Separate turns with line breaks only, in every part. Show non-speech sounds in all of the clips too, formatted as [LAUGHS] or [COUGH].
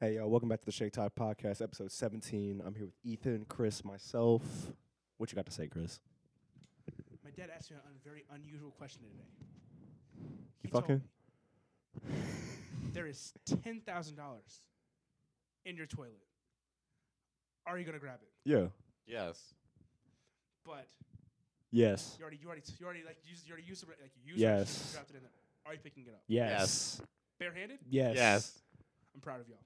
Hey, y'all, welcome back to the Shake Talk Podcast, episode 17. I'm here with Ethan, Chris, myself. What you got to say, Chris?
My dad asked me a un- very unusual question today.
You
He told
fucking?
me, there is ten thousand dollars in your toilet. Are you gonna grab it?
Yeah.
Yes.
But
Yes.
you already, you already, you already like used, you already used it, like you used that shit,
Yes.
You dropped it in there. Are you picking it up?
Yes.
Barehanded?
Yes.
I'm proud of y'all.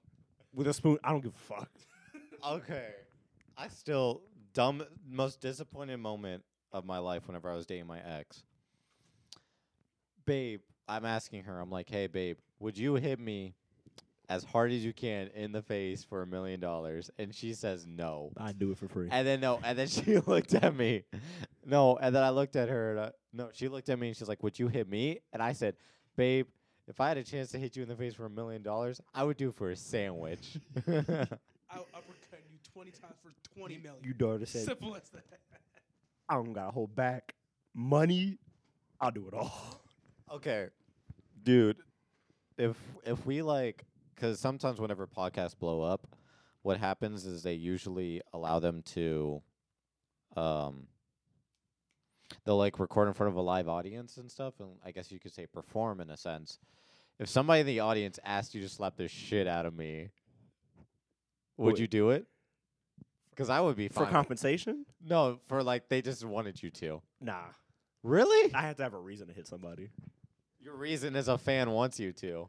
With a spoon, I don't give a fuck.
Okay. I still dumb most disappointed moment of my life whenever I was dating my ex. Babe, I'm asking her. I'm like, "Hey babe, would you hit me as hard as you can in the face for a million dollars?" And she says, "No."
I do it for free.
And then no, and then [LAUGHS] she looked at me. No, and then I looked at her. And I, no, she looked at me and she's like, "Would you hit me?" And I said, "Babe, if I had a chance to hit you in the face for a million dollars, I would do it for a sandwich." [LAUGHS]
I'll uppercut you twenty times for twenty million.
You daughter said,
Simple as that.
I don't got to hold back. Money, I'll do it all.
okay, dude. If if we like, because sometimes whenever podcasts blow up, what happens is they usually allow them to, um, they'll like record in front of a live audience and stuff, and I guess you could say perform in a sense. If somebody in the audience asked you to slap the shit out of me, would
Would-
you do it? Because I would be fine.
For
with-
compensation?
no, for like they just wanted you to.
Nah.
Really?
I have to have a reason to hit somebody.
Your reason is a fan wants you to.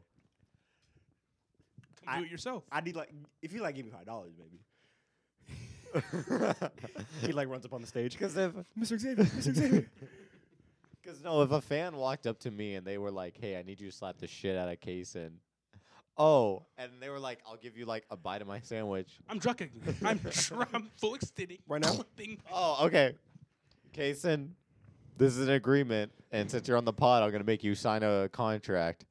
Come
I-
do it yourself.
I need like, if you like, give me $5, dollars, maybe. He like runs up on the stage.
Because if,
Mr. Xavier, Mr. Xavier.
[LAUGHS] because no, if a fan walked up to me and they were like, "Hey, I need you to slap the shit out of Kaysen," oh, and they were like, "I'll give you like a bite of my sandwich."
I'm drugging. you.
[LAUGHS]
I'm, tr- I'm full extending
Right now?
Thing.
Oh, okay, Kaysen, this is an agreement, and since you're on the pod, I'm gonna make you sign a contract.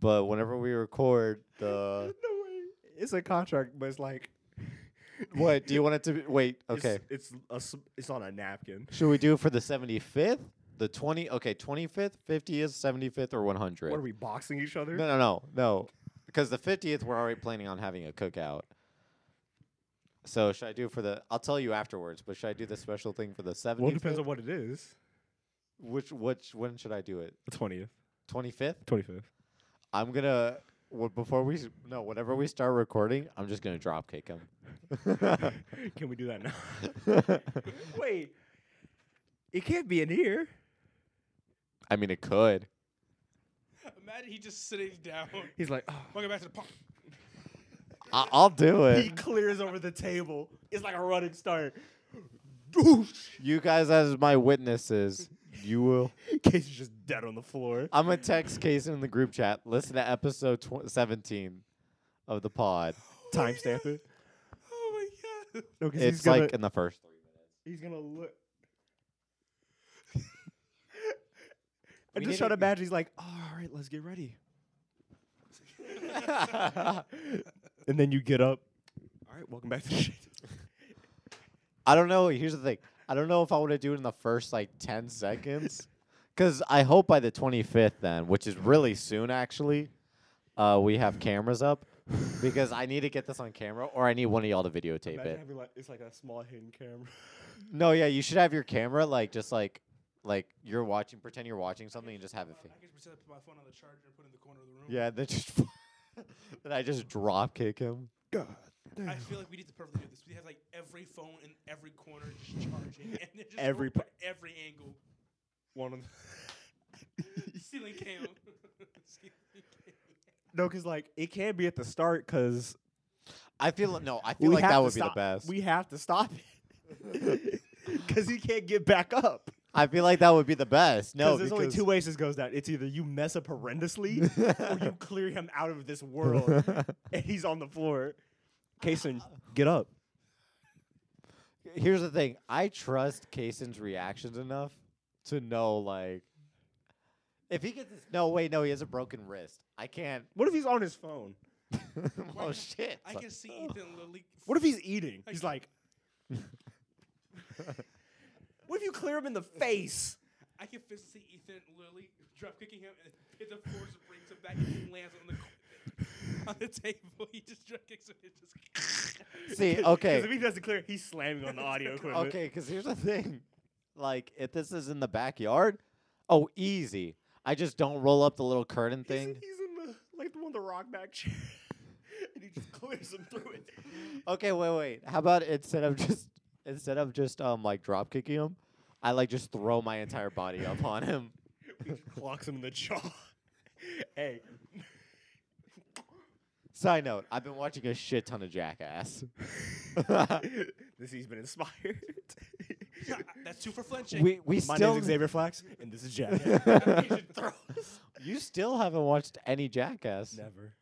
But whenever we record
[LAUGHS]
the,
no way. It's a contract, but it's like.
[LAUGHS] what do you want it to be? Wait, okay.
[LAUGHS] It's it's, a s- it's on a napkin.
Should we do it for the 75th? The 20, okay, 25th, 50th, 75th, or 100?
What are we boxing each other?
No, no, no, no. Because the fiftieth, we're already planning on having a cookout. So should I do for the? I'll tell you afterwards. But should I do the special thing for the
well,
seventieth?
it depends on what it is.
which which when should I do it?
The twentieth,
Twenty fifth.
twenty fifth.
I'm gonna w- before we s- no whenever we start recording, I'm just gonna drop kick him.
[LAUGHS]
[LAUGHS]
Can we do that now? [LAUGHS] Wait, it can't be in here.
I mean, it could.
Imagine he just sitting
[LAUGHS]
down.
He's like, oh.
Welcome back to the park.
I- I'll do
he
it.
clears over the table. It's like a running
[LAUGHS]
start. Doosh.
You guys, as my witnesses, you will.
Case is just dead on the floor.
I'm gonna text Case in the group chat. Listen to episode tw- 17 of the pod.
Timestamp it.
Oh my god.
No, 'cause he's
It's
gonna-
like in the first three minutes.
He's gonna look. I
We
just
need
try to
to-
imagine. He's like, all right, let's get ready. [LAUGHS] and then you get up. All right, welcome back to the shit.
[LAUGHS] I don't know. Here's the thing. I don't know if I want to do it in the first like
[LAUGHS]
10 seconds. Because I hope by the 25th, then, which is really soon actually, uh, we have cameras up. Because I need to get this on camera or I need one of y'all to videotape
Imagine
it.
having like it's like a small hidden camera.
No, yeah, you should have your camera like just like. Like you're watching, pretend you're watching something and just have it.
I
Fa-
can just put my phone on the charger and put it in the corner of the room.
yeah, then just [LAUGHS] then I just drop kick him.
God.
I
[LAUGHS]
feel like we need to perfectly do this. We have like every phone in every corner just
[LAUGHS]
charging, and they're just
Every
open at every
[LAUGHS]
angle.
One of them.
Ceiling cam. [LAUGHS] Ceiling cam.
No, because like it can't be at the start because
I feel no. I feel like that would be the best.
We have to stop it [LAUGHS] because he can't get back up.
I feel like that would be
[LAUGHS]
the best. No,
Because there's only
because-
two ways this goes down. It's either you mess up
[LAUGHS]
horrendously or you clear him out of this world
[LAUGHS]
[LAUGHS] and he's on the floor. [LAUGHS] Kason, get up.
Here's the thing. I trust Kaysen's reactions enough to know, like, if he gets this. No, wait, no, he has a broken wrist.
[LAUGHS]
I can't. [LAUGHS]
What if he's on his phone?
oh shit!
I can see Ethan Lily.
What if he's eating? He's [LAUGHS] like, what if you clear him in the [LAUGHS] face?
I can physically see Ethan literally drop kicking him and hit the force brings him back and he lands on the. on the table. [LAUGHS] He just drug kicks it. It just.
See,
'Cause- 'cause
okay.
If he doesn't clear, he's slamming on the
[LAUGHS]
audio equipment.
Okay, because here's the thing. Like, if this is in the backyard, oh, easy. I just don't roll up the little curtain
He's,
thing.
he's in the like the one with the rock back chair, [LAUGHS] and he just clears him through it.
Okay, wait, wait. How about instead of [LAUGHS] just instead of just um like drop kicking him, I like just throw my entire body up
[LAUGHS]
on him.
He just clocks him in the jaw. [LAUGHS]
[LAUGHS]
hey, [LAUGHS]
Side note: I've been watching a shit ton of Jackass.
this he's been inspired. [LAUGHS]
[LAUGHS] That's two for flinching.
we we
My
still
name's Xavier Flax, and this is [LAUGHS] Jack. throws.
you still haven't watched any Jackass.
Never.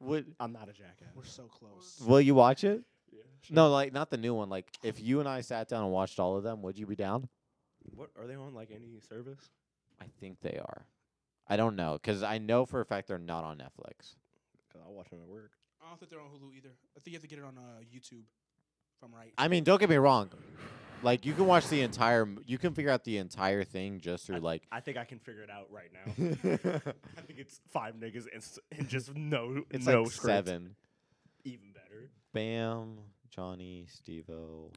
Would
I'm not a jackass.
We're so close.
will you watch it?
Yeah, sure.
No, like not the new one. Like if you and I sat down and watched all of them, would you be down?
What are they on? Like any service?
I think they are. I don't know because I know for a fact they're not on Netflix.
Cause I'll watch them at work.
I don't think they're on Hulu either. I think you have to get it on uh, YouTube, if I'm right.
I mean, don't get me wrong. Like you can watch the entire, m- you can figure out the entire thing just through like.
I think I can figure it out right [LAUGHS] now.
it's
I think it's five niggas and, s- and just no, no
like
script.
seven.
Even better.
Bam, Johnny, Stevo,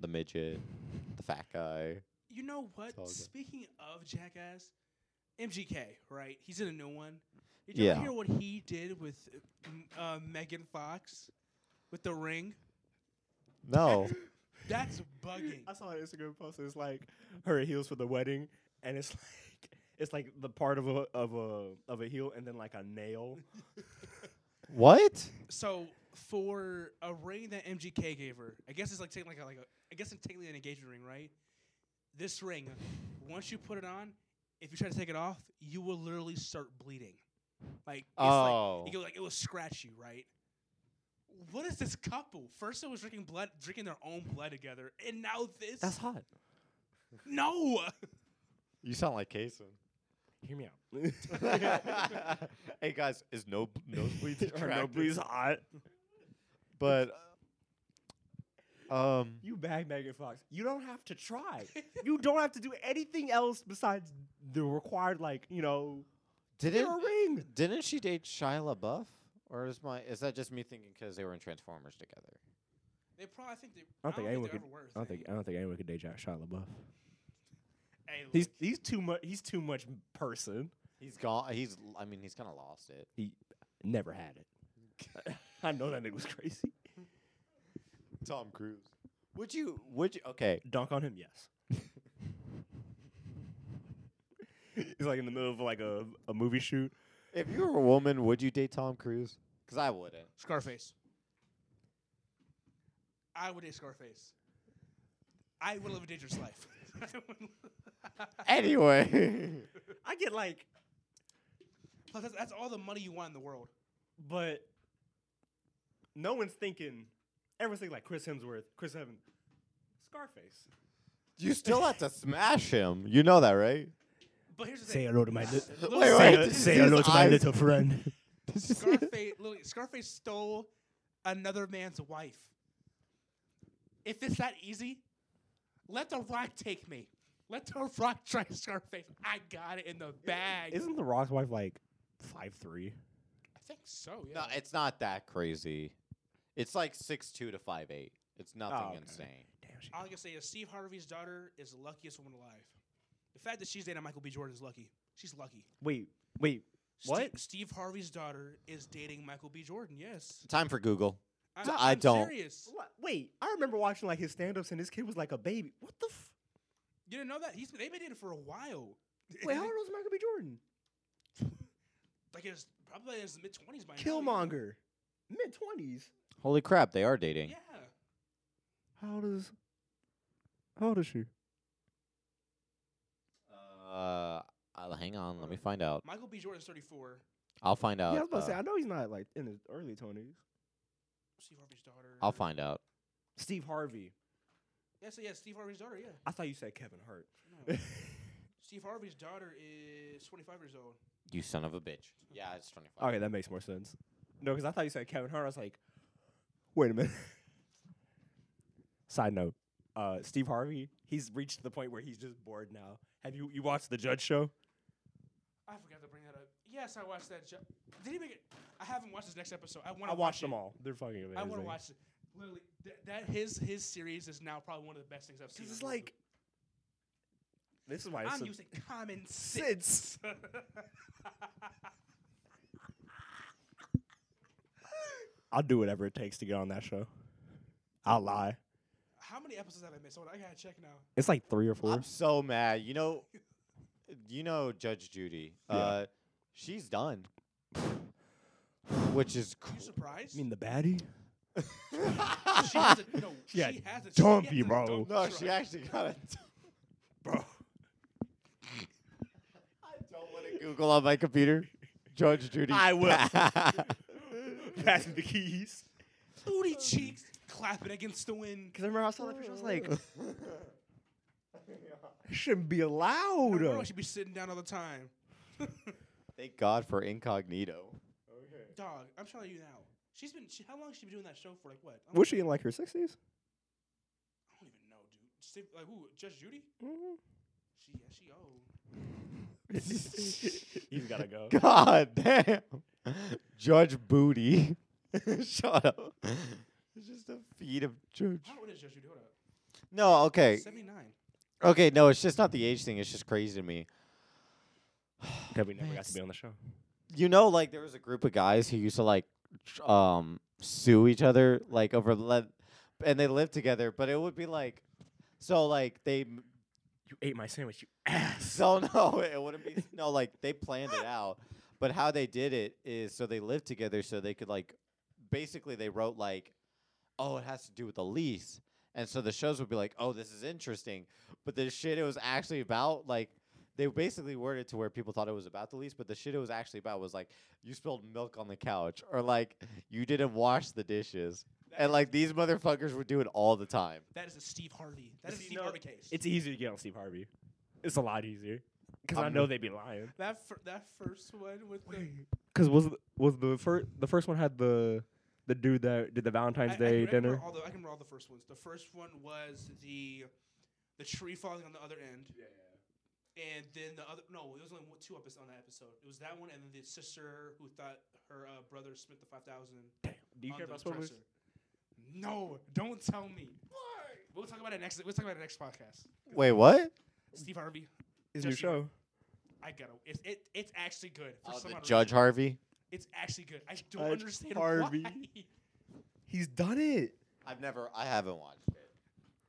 the midget, the fat guy.
You know what?
It's all good.
Speaking of Jackass, MGK, right? He's in a new one. Did you
Yeah.
hear what he did with uh, m- uh, Megan Fox with the ring?
No, [LAUGHS]
That's bugging.
I saw an Instagram post. It's like her heels for the wedding, and it's [LAUGHS] like it's like the part of a of a of a heel, and then like a nail.
what?
So for a ring that MGK gave her, I guess it's like taking like a, like a I guess it's technically an engagement ring, right? This ring, once you put it on, if you try to take it off, you will literally start bleeding. Like it's
Oh.
like, it go- like it will scratch you, right? What is this couple? First it was drinking blood, drinking their own blood together, and now this.
That's hot.
no.
[LAUGHS]
You sound like Kason. [LAUGHS]
Hear me out. [LAUGHS]
hey guys, is no nosebleeds
Or no, please, hot.
But um,
You bag Megan Fox. You don't have to try. you don't have to do anything else besides the required, like you know,
did
get
it?
a ring.
Didn't she date Shia LaBeouf? Or is my is that just me thinking because they were in Transformers together?
They probably I think they.
I don't think anyone
they're
could-
ever worth
I don't think I don't think anyone could date Jack Shia LaBeouf.
it. Hey,
He's
look,
he's too much. He's too much person.
He's gone. He's. l- I mean, he's kind of lost it.
Never had it. [LAUGHS] I know that nigga was crazy.
Tom Cruise. Would you? Would you? Okay.
Dunk on him, [LAUGHS] yes. He's like in the middle of like a, a movie shoot.
If you were a woman, would you date Tom Cruise? Because I [LAUGHS] wouldn't.
Scarface. I would date Scarface. I would live a dangerous life. [LAUGHS]
Anyway. [LAUGHS]
I get like,
Plus, that's, that's all the money you want in the world.
but no one's thinking. Everyone's thinking like Chris Hemsworth, Chris Evans, Scarface.
you still have to smash him. You know that, right?
But here's the thing.
to
[LAUGHS]
my
li-
Wait, wait, say hello- say hello to my little
friend.
Scarface, literally, Scarface stole another man's wife. If it's that easy, let The Rock take me. Let The Rock try Scarface. I got it in the bag.
Isn't The Rock's wife like five three?
I think so, yeah.
No, it's not that crazy. It's like six two to five eight. It's nothing
Oh, okay.
insane.
Damn, she.
All I can say is Steve Harvey's daughter is the luckiest woman alive. The fact that she's dating Michael B. Jordan is lucky. She's lucky.
Wait, wait. What?
Ste- Steve Harvey's daughter is dating Michael B. Jordan. Yes.
Time for Google.
I'm,
D- I
I'm
don't.
Serious.
What? Wait, I remember watching like his stand-ups and this kid was like a baby. What the? F-
You didn't know that? He's they've been dating for a while.
wait, how old was Michael B. Jordan?
like it's probably in his mid twenties by now.
Killmonger, mid twenties.
Holy crap, they are dating.
Yeah.
How does? How old is she?
Uh, I'll- hang on. Let me find out.
Michael B. Jordan's thirty four.
I'll find out.
yeah, I was about to
uh,
say. I know he's not like in his early twenties.
Steve Harvey's daughter.
I'll find out.
Steve Harvey.
Yeah, so yeah, Steve Harvey's daughter, yeah.
I thought you said Kevin Hart. [LAUGHS]
No. Steve Harvey's daughter is twenty five years old.
You son of a bitch. Yeah, it's 25.
okay, that makes more sense. No, because I thought you said Kevin Hart. I was like, wait a minute. Side note: uh, Steve Harvey. He's reached the point where he's just bored now. Have you you watched the Judge Show?
I forgot to bring that up. Yes, I watched that. Jo- Did he make it? I haven't watched this next episode. I want
I
to
watched
watch
them
it.
all. They're fucking amazing.
I want to watch it. Literally, th- that his his series is now probably one of the best things I've seen.
because it's
in a while.
like this is why it's
I'm
so
using common
sense.
sense. [LAUGHS]
I'll do whatever it takes to get on that show. I'll lie.
How many episodes have I missed? Hold on, I gotta check now.
It's like three or
I'm so mad. You know, you know Judge Judy.
Yeah.
Uh, she's done, which is
You surprised?
I mean, the baddie.
she has a,
[LAUGHS]
no,
Yeah,
she has a she
dump
has
you,
a
bro.
dump
No,
truck.
she actually got it.
Bro,
I [LAUGHS] don't want to Google on my computer. Judge Judy.
I will.
[LAUGHS] will.
[LAUGHS] pass me the keys.
booty cheeks clapping against the wind.
Because I remember I saw that picture, I was like, [LAUGHS] "It shouldn't be allowed.
Girl should be sitting down all the time.
Thank God for incognito. [LAUGHS]
Dog, I'm telling you now. She's been. She, how long has she been doing that show for? Like what? I don't,
Was she in like her 60s?
I don't even know, dude. Sid- like who? Judge Judy?
Mm-hmm.
She yeah, she old.
[LAUGHS] He's got to go.
God damn. Judge Booty. [LAUGHS] Shut up. It's just the feet of Judge.
How old is Judge Judy? Hold up.
No, okay.
Seventy nine.
Okay, no, it's just not the age thing. It's just crazy to me.
That we never got to be on the show.
You know, like there was a group of guys who used to like tr- um sue each other like over le- and they lived together, but it would be like so like they m-
You ate my sandwich, you ass.
So [LAUGHS] no, it wouldn't be no like they planned it out. But how they did it is so they lived together so they could like basically they wrote like oh it has to do with the lease. And so the shows would be like, "Oh, this is interesting." But the shit it was actually about like they basically worded to where people thought it was about the lease, but the shit it was actually about was like you spilled milk on the couch or like you didn't wash the dishes. And like these motherfuckers would do it all the time.
That is a Steve Harvey. That is a
See,
Steve
no,
Harvey case.
It's easy to get on Steve Harvey. It's a lot easier. Because I
I'm
know
not-
they'd be lying.
that fir- that first one with the
Because was th- was the first the first one had the the dude that did the Valentine's
I, I
Day
can remember
dinner?
All the, I can remember all the first ones. The first one was the the tree falling on the other end. Yeah. And then the other no, it was only one, two episodes on that episode. It was that one, and then the sister who thought her uh, brother spent the five thousand.
Do you
on
care
the
about spoilers?
dresser. No, don't tell me. We'll talk about it next. We'll talk about it next podcast.
Wait, what?
Steve Harvey.
His new
Jesse-
show.
I gotta. It's it, It's actually good. For
Oh,
some
the
odd
Judge
reason.
Harvey?
It's actually good. I don't
Judge
understand
Harvey.
why. [LAUGHS]
He's done it.
I've never I haven't watched it.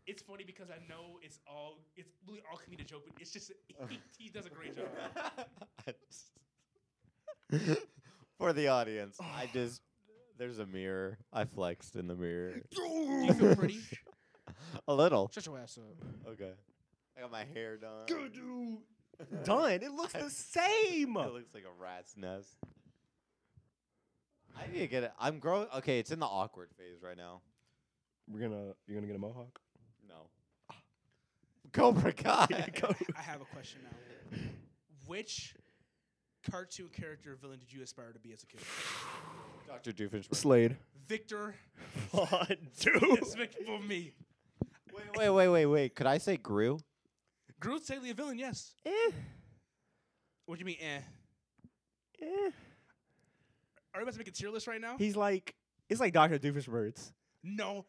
It's funny because I know it's all. It's really all comedic joke, but it's just [LAUGHS] he, he does a
[LAUGHS]
great job.
I just- [LAUGHS] For
[SIGHS]
the audience, I just there's a mirror. I flexed in the mirror
[LAUGHS] Do you feel pretty?
a little.
Shut your ass up.
Okay, I got my hair done.
dude. [LAUGHS] done. It looks the same.
[LAUGHS] It looks like a rat's nest. I need to get it. I'm growing. Okay, it's in the awkward phase right now.
We're gonna you're gonna get a [LAUGHS] mohawk.
No. [LAUGHS]
[LAUGHS]
Cobra Kai.
I have a question now. Which cartoon character or villain did you aspire to be as a kid?
Doctor Doofenshmirtz.
[LAUGHS] Slade.
[LAUGHS]
Victor.
dude.
Despicable me.
Wait, wait, wait, wait, wait. Could I say Gru?
Groot's technically a villain, yes.
eh,
What do you mean, eh?
eh.
Are we about to make a tier list right now?
He's like it's like Doctor Doofenshmirtz.
no.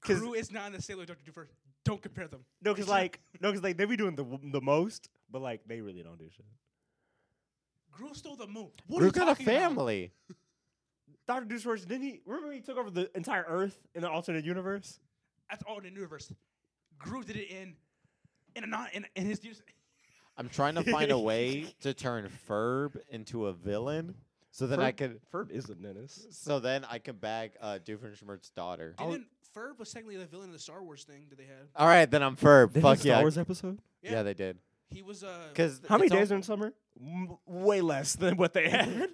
'Cause-
Gru is not in the same way as Dr. Doofer. Don't compare them.
No, cause
It's
like no, cause like they be doing the w- the most, but like they really don't do shit.
Gru stole the moon. What are
Gru
you
got a
talking about?
family.
Doctor Doofenshmirtz didn't he? Remember he took over the entire Earth in the alternate universe.
That's all in the universe. Gru did it in in a not in, in his universe.
I'm trying to find
[LAUGHS]
a way to turn Ferb into a villain, so that I
Ferb-
could,
Ferb is a menace.
so then I can bag uh, Doofenshmirtz's daughter.
I'll-
Didn't Ferb was technically the villain of the Star Wars thing that they had?
All right, then I'm Ferb.
They had a
Fuck
Star
yeah.
Wars episode.
yeah, they did.
He was uh
Because
How many days are in summer? M- way less than what they had.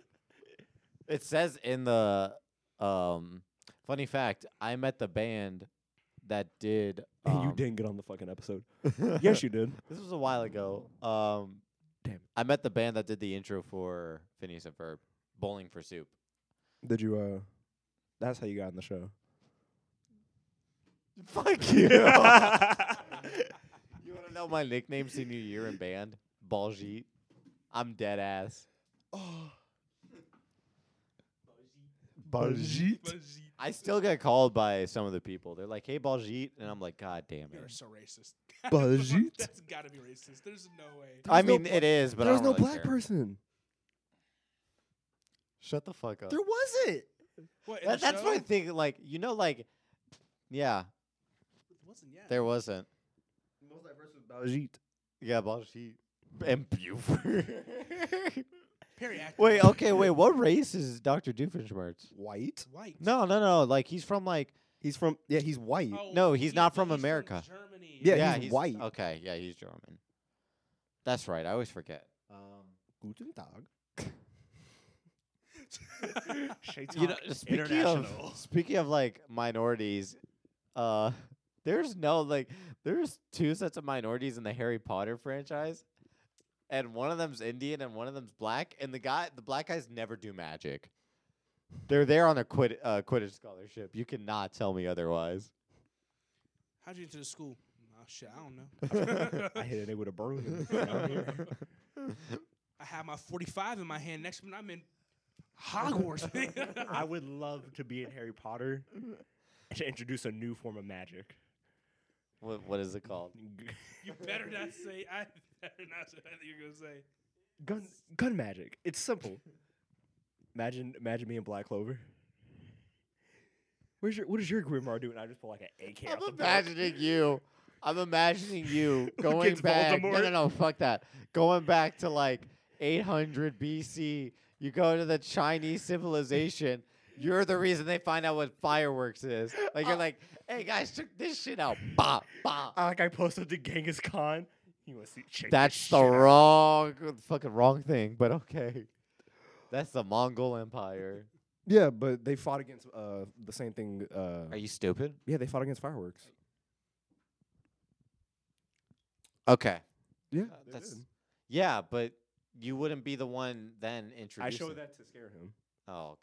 It says in the um, funny fact. I met the band that did.
[LAUGHS] And [LAUGHS] you
um, [LAUGHS]
didn't get on the fucking episode. [LAUGHS] yes, you did.
This was a while ago. Um,
Damn it.
I met the band that did the intro for Phineas and Ferb, Bowling for Soup.
Did you? uh That's how you got on the show.
Fuck
[LAUGHS]
you. you want to know my nickname senior year in band? Baljeet. I'm dead ass.
Oh, Baljeet.
Baljeet.
I still get called by some of the people. They're like, "Hey, Baljeet," and I'm like, "God damn
You are
it!"
so racist. [LAUGHS]
Baljeet?
That's gotta be racist. There's no way.
I
There's no
mean,
bla-
it is, but
There was
I
no
don't really
black
care.
person.
Shut the fuck up.
There wasn't.
What, in
That-
the
that's
show?
my thing. Like, you know, like, yeah,
It wasn't yet.
there wasn't.
Most diverse was Baljeet.
Yeah, Baljeet and Buford. [LAUGHS]
Perry acted
wait,
like
okay, wait. What race is Doctor Doofenshmirtz?
White?
White.
No, no, no. Like, he's from like.
He's from yeah. He's white.
Oh,
no, he's not
but
from America.
Germany.
Yeah,
[LAUGHS]
yeah,
he's white.
Okay, yeah, he's German. That's right. I always forget.
Guten Tag. Shaitan
you know, speaking of [LAUGHS] speaking of like minorities, uh, [LAUGHS] there's no like there's two sets of minorities in the Harry Potter franchise, and one of them's Indian and one of them's black, and the guy the black guys never do magic. They're there on a quid, uh, Quidditch scholarship. You cannot tell me otherwise.
How'd you get into the school? Oh, shit, I don't
[LAUGHS]
know. [LAUGHS]
I hit a nigga with a broom. [LAUGHS]
I have my 45 in my hand. Next minute, I'm in Hogwarts.
[LAUGHS]
I would love to be in Harry Potter [LAUGHS] to introduce a new form of magic.
what, what is it called?
you better not say. I better not say that you're gonna say.
Gun, gun magic. It's simple. Imagine, imagine me in Black Clover. Where's your, what does your Grimoire do? And I just pull like an AK. out
I'm
the back.
imagining you. I'm imagining you going
[LAUGHS] Against
back. No, no,
Voldemort.
no. Fuck that. Going back to like 800 BC. You go to the Chinese civilization. You're the reason they find out what fireworks is. Like
Uh,
you're like, hey guys, check this
[LAUGHS]
shit out. Bah, bah.
I, uh, like I posted to Genghis Khan. You want to see? check this
That's
shit
the
out.
wrong, fucking wrong thing. But okay, that's the Mongol Empire.
Yeah, but they fought against uh, the same thing. Uh,
you stupid?
yeah, they fought against fireworks.
Okay.
Yeah,
Uh, they that's- did. Yeah, but you wouldn't be the one then
I
introducing.
showed that to scare him.
Oh, okay.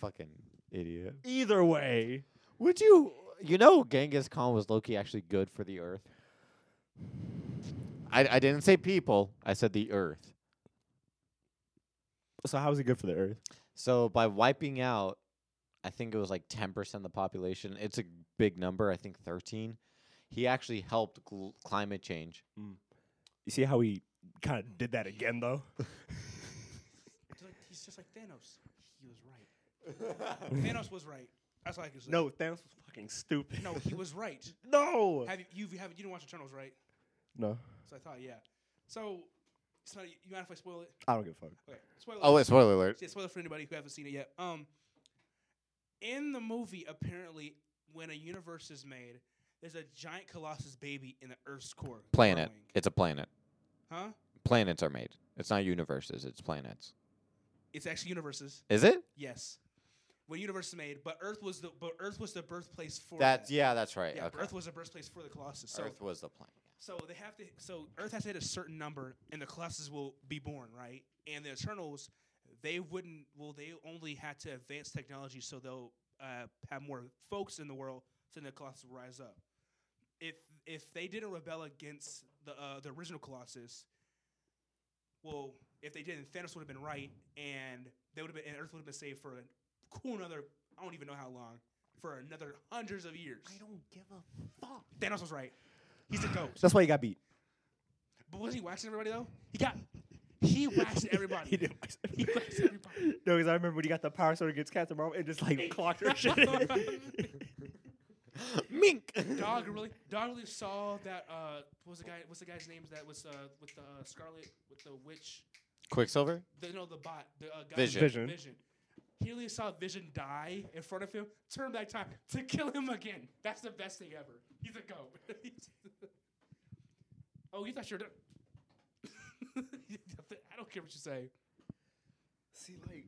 Fucking idiot.
Either way,
Would you? You know, Genghis Khan was Loki actually good for the Earth. I I didn't say people. I said the Earth.
so how is it good for the Earth?
So by wiping out, I think it was like ten percent of the population. It's a big number. I think thirteen. He actually helped gl- climate change.
You see how he kind of did that again, though. [LAUGHS]
It's like- He's just like Thanos. He was
[LAUGHS]
right. Thanos was right. That's all I can say.
No, Thanos was fucking stupid. [LAUGHS]
no, he was
[LAUGHS]
right.
no,
Have you? You've, you haven't. You didn't watch Eternals, right?
no.
So I thought, yeah. So, it's not. You mind if I spoil it?
I don't give a fuck.
Okay. Spoiler.
Oh, wait, spoiler alert!
Yeah, spoiler for anybody who haven't seen it yet. Um, in the movie, apparently, when a universe is made, there's a giant colossus baby in the Earth's core.
Planet.
growing.
It's a planet.
Huh?
Planets are made. It's not universes. It's planets.
It's actually universes.
Is it?
Yes. When universe is made, but Earth was the but Earth was the birthplace for
That's
that.
yeah. That's right.
Yeah,
okay.
Earth was the birthplace for the colossus. So
Earth was the planet. [LAUGHS]
So they have to. So Earth has to hit a certain number, and the Colossus will be born, right? And the Eternals, they wouldn't. Well, they only had to advance technology, so they'll uh, have more folks in the world, so then the Colossus will rise up. If if they didn't rebel against the uh, the original Colossus, well, if they didn't, Thanos would have been right, and they would have been, and Earth would have been saved for a cool another. I don't even know how long. For another hundreds of years,
don't give a fuck.
Thanos was right. He's a goat.
That's why he got beat.
But was he waxing everybody though? He got
[LAUGHS]
he waxed everybody.
he didn't.
He waxed everybody.
No, because I remember when he got the power sword against Captain Marvel and just like [LAUGHS] clocked her shit.
Mink.
Dog really, dog really saw that. Uh, what was the guy? What's the guy's name? That was uh, with the uh, Scarlet, with the witch.
Quicksilver.
The, no, the bot. The uh, guy
Vision.
Vision.
Vision. He really saw Vision die in front of him. Turn back time to kill him again. That's the best thing ever. He's a goat. [LAUGHS] He's- oh, you thought you were done. [LAUGHS] I don't care what you say.
See, like,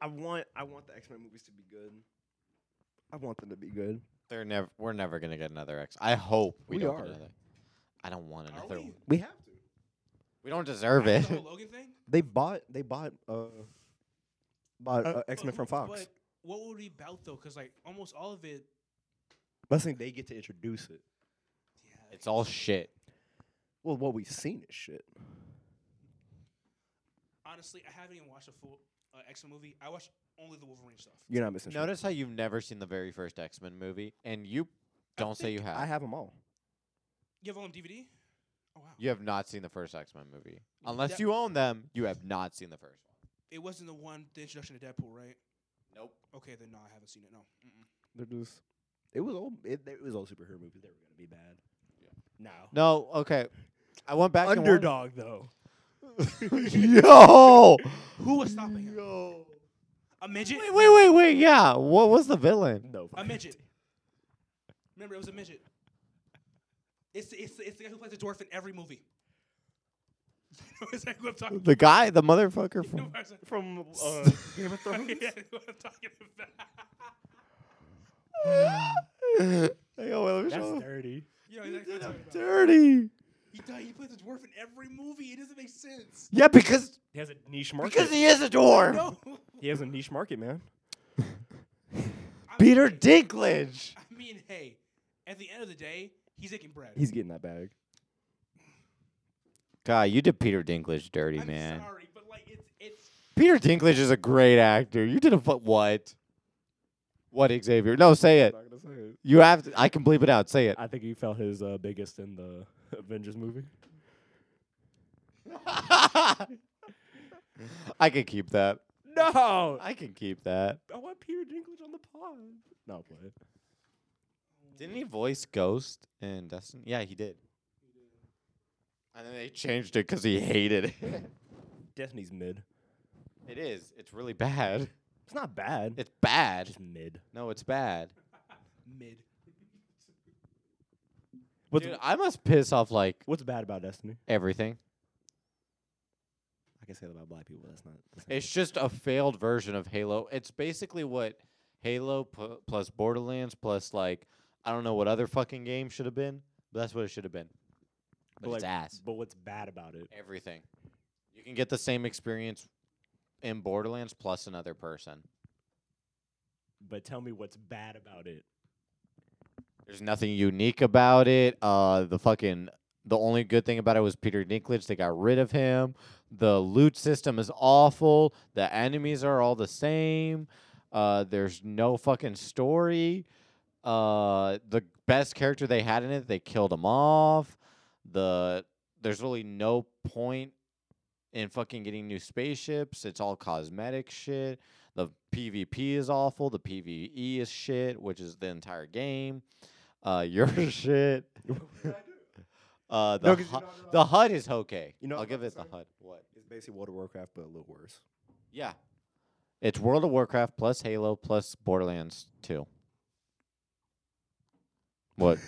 I want, I want the X Men movies to be good. I want them to be good.
They're never. We're never gonna get another X. I hope we,
We
don't
are.
get another. I don't want
Are
another
we?
one.
We have to.
We don't deserve
The [LAUGHS]
it.
whole Logan thing.
They bought, they bought, uh, bought
Uh,
uh, X Men
But
from
who-
Fox.
But what would we bout though? Because like almost all of it.
But I think they get to introduce it.
Yeah.
It's all shit.
Well, what we've seen is shit.
honestly, I haven't even watched a full uh, X Men movie. I watched only the Wolverine stuff.
You're not missing. shit.
Notice how you've never seen the very first X Men movie, and you don't say you have.
I have them all.
You have all on DVD? Oh wow.
You have not seen the first X Men movie. Unless
That-
you own them, you have not seen the first one.
It wasn't the one the introduction to Deadpool, right?
Nope.
Okay, then no, I haven't seen it. No. Mm-mm.
They're just. It was old. It, it was old superhero movies. They were gonna be bad.
Yeah.
No.
No, okay. I went back
Underdog [LAUGHS] though.
and watched- [LAUGHS] Yo!
Who was stopping him? A midget?
Wait, wait, wait, wait. Yeah. What was the villain?
No.
A
fucking-
midget. Remember, it was a midget. It's the, it's the, it's the guy who plays the dwarf in every movie. [LAUGHS] You know exactly who I'm talking [LAUGHS]
[LAUGHS] The guy, the motherfucker
you know [LAUGHS]
from. [LAUGHS]
what I'm saying?
From [LAUGHS] uh, Game of Thrones.
Yeah, I know what I'm talking about.
Hey, yo, let me show-
That's dirty.
You know exactly what I'm talking about.
dirty.
He, does- he plays the dwarf in every movie. It doesn't make
[LAUGHS]
sense.
Yeah, because
He has a niche market.
because he is a dwarf.
No. [LAUGHS]
He has a niche market, man.
I
Peter
mean,
Dinklage.
I mean, hey, at the end of the day, he's making bread.
He's getting that bag.
God, you did Peter Dinklage dirty,
I'm
man.
sorry, but like it's it's
Peter Dinklage is a great actor. You did a fu- what? What Xavier? No, say it.
not gonna say it.
You have to. I can bleep it out. Say it. [LAUGHS]
I think he felt his uh, biggest in the [LAUGHS] Avengers movie.
I can keep that.
No, I,
I can keep that.
I want Peter Dinklage on the pod. No, I'll play it.
Didn't he voice Ghost in Dustin? Yeah, he did. And then they changed it because he hated it. [LAUGHS]
Destiny's mid.
it is. It's really bad.
It's not bad.
It's bad.
just mid.
No, it's bad.
mid.
What's,
Dude, I must piss off like
what's bad about Destiny?
everything.
I can say that about black people. That's not. That's
It's just a failed version of Halo. It's basically what Halo pu- plus Borderlands plus like I don't know what other fucking game should have been, but that's what it should have been. But it's ass.
But what's bad about it?
Everything. You can get the same experience in Borderlands plus another person.
But tell me what's bad about [LAUGHS] it.
There's nothing unique about it. Uh, the fucking the only good thing about it was Peter Dinklage. They got rid of him. The loot system is awful. The enemies are all the same. Uh, there's no fucking story. Uh, the best character they had in it, they killed him off. The there's really no point in fucking getting new spaceships. It's all cosmetic shit. The PvP is awful. The PvE is shit, which is the entire game. Uh, your [LAUGHS] shit. Uh, the,
No, 'cause
hu-
you're not allowed-
the HUD is okay.
You're not
I'll give
allowed
it
to
the
say.
HUD. What?
It's basically World of Warcraft, but a little worse.
Yeah. It's World of Warcraft plus Halo plus Borderlands 2. [LAUGHS] What?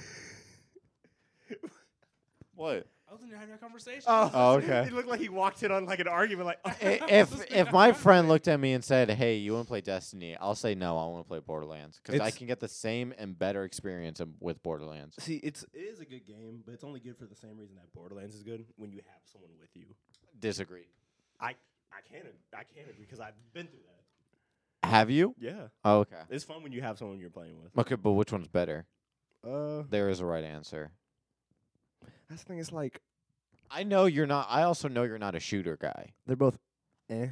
what?
I was in having a conversation. [LAUGHS]
Oh, okay.
[LAUGHS]
[LAUGHS]
It looked like he walked in on like an argument. Like, "Oh."
If if my friend looked at me and said, "Hey, you want to play Destiny?" I'll say no. I want to play Borderlands because I
It's-
can get the same and better experience in- with Borderlands.
[LAUGHS] see, it's it is a good game, but it's only good for the same reason that Borderlands is good when you have someone with you.
Disagree.
I I can't ag- I can't agree because I've been through that.
Have you?
Yeah,
Oh, okay.
it's fun when you have someone you're playing with.
Okay, but which one's better?
Uh,
There is a right answer.
that's the thing. It's like
I know you're not. I also know you're not a shooter guy.
They're both eh.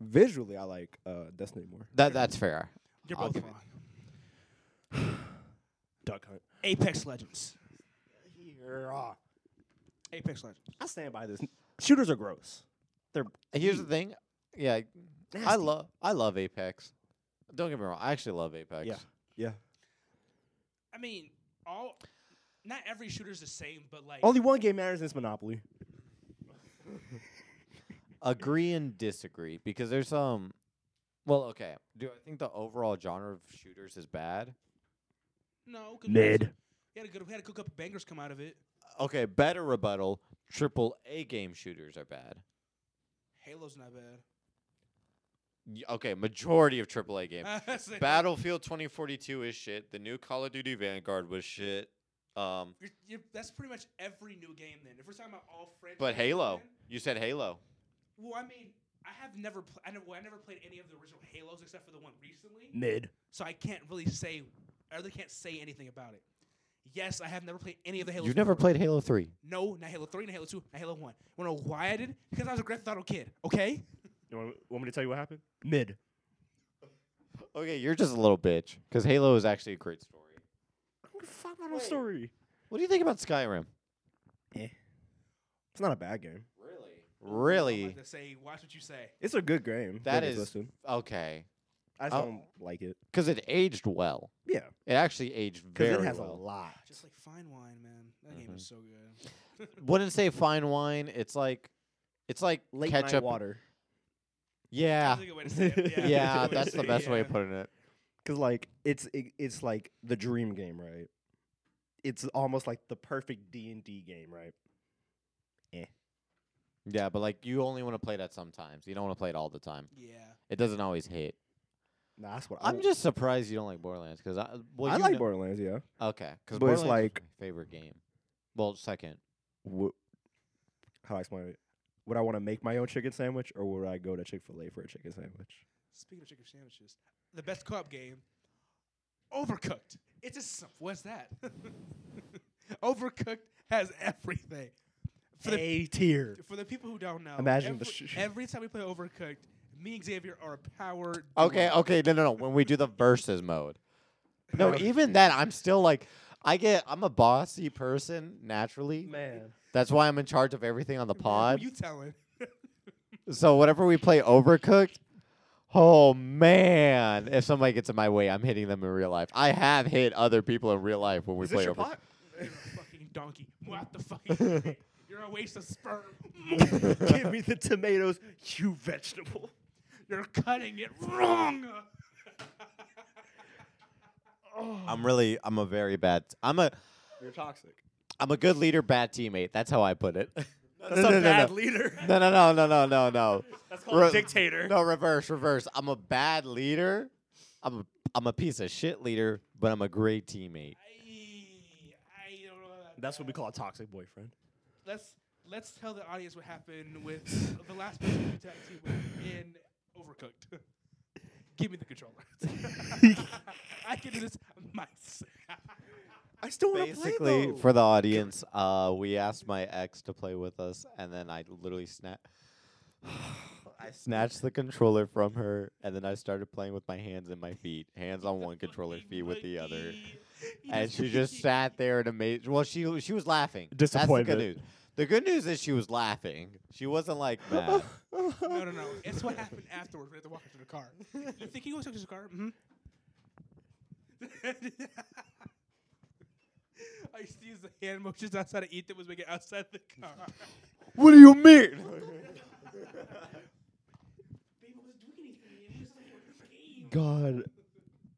Visually, I like uh, Destiny more.
That that's fair.
You're
I'll
both
give
wrong.
Duck Hunt.
Apex Legends.
uh,
Yeah.
Apex Legends.
I stand by this. Shooters are gross. They're
Here's the thing. Yeah, I
Nasty.
love I love Apex. Don't get me wrong. I actually love Apex.
Yeah. yeah.
I mean, all not every shooter's the same, but like
Only one game matters. And it's Monopoly.
Agree and disagree because there's um. Well, okay. Do I think the overall genre of shooters is bad?
no good ones. We had a good. We had a good couple bangers come out of it.
Okay, better rebuttal. Triple A game shooters are bad.
Halo's not bad.
Y- Okay, majority of triple
[LAUGHS]
A games.
[LAUGHS] It's like-
Battlefield 2042 is shit. The new Call of Duty Vanguard was shit. Um,
You're, you're, that's pretty much every new game. Then, if we're talking about all franchises,
but Halo.
then-
You said Halo.
Well, I mean, I have never. Pl- I never. Well, I never played any of the original Halos except for the one recently.
Mid.
so I can't really say, I really can't say anything about it. Yes, I have never played any of the Halo.
You never played Halo Three.
No, not Halo Three, not Halo Two, not Halo One. Wanna know why I did? Because I was a Grand Theft Auto kid. Okay.
You want, want me to tell you what happened? Mid.
Okay, you're just a little bitch. Because Halo is actually a great story.
What the fuck about a story?
What do you think about Skyrim?
It's not a bad game.
Really?
I'm
Really?
about to say, watch what you say.
It's a good game. Don't
That
get
is-
twisted.
Okay.
I just
I'll-
don't like it.
Because it aged well.
Yeah,
It actually aged
because
very
it has a
well.
lot.
Just like fine wine, man. That game
Mhm.
is so good.
Wouldn't say fine wine. It's like, it's like
Late
ketchup.
night water.
Yeah. [LAUGHS]
That's [LAUGHS] a good way to say it.
Yeah,
Yeah,
that's
Yeah,
a good way to
that's the
say it,
best way
yeah.
of putting it.
Cause like it's it, it's like the dream game, right? It's almost like the perfect D and D game, right?
Yeah, but like you only want to play that sometimes. You don't want to play it all the time.
Yeah.
It doesn't always hit.
Nah, that's what I
I'm
want.
just surprised you don't like Borderlands because I well
I
you
like
know,
Borderlands, yeah.
Okay, because
but it's
Borderlands like
like-
my favorite game. Well, second.
Wh- how do I explain it? Would I want to make my own chicken sandwich, or would I go to Chick Fil A for a chicken sandwich?
Speaking of chicken sandwiches, the best co-op game, Overcooked. It's a sim- what's that? Overcooked has everything. For the
A tier.
for the people who don't know,
Imagine the
every,
sh-
every time we play Overcooked, me and Xavier are a power.
Okay,
duo.
okay, no, no, no. When we do the versus mode, no, even then, I'm still like, I get, I'm a bossy person naturally.
[LAUGHS] Man,
That's why I'm in charge of everything on the
Man, who are
pod.
you telling?
So whenever we play Overcooked, oh man, if somebody gets in my way, I'm hitting them in real life. I have hit other people in real life when we
is this
play
your
Overcooked. [LAUGHS]
pot? [LAUGHS]
You're a fucking donkey. What the fucking? You're a waste of sperm.
Give me the tomatoes, you vegetable.
You're cutting it wrong.
I'm really, I'm a very bad. I'm a,
You're toxic.
I'm a good leader, bad teammate. That's how I put it.
[LAUGHS] That's a bad leader.
No, no, no, no, no, no, no.
That's
called a Re-
dictator.
No, reverse, reverse. I'm a bad leader. I'm a, I'm a piece of shit leader, but I'm a great teammate.
I, I don't know. about
That's what
that.
we call a toxic boyfriend.
Let's let's tell the audience what happened with the last person we talked to in Overcooked. [LAUGHS] Give me the controller. [LAUGHS] I can do this myself.
I still want to play
Basically,
though.
for the audience, uh, we asked my ex to play with us, and then I literally snap. I snatched the controller from her, and then I started playing with my hands and my feet. Hands on one controller,
Fucking
feet with the other.
monkey.
and she [LAUGHS] just
[LAUGHS]
sat there in amazement. Well, she she was laughing. That's
Disappointment.
the good news. The good news is she was laughing. She wasn't like mad.
No, no, no. It's what happened afterwards. We had to walk into the car. You think he goes into the car? Mm-hmm. [LAUGHS] I used to use the hand motions outside of Ethan was making outside the car.
[LAUGHS] what do you mean?
God,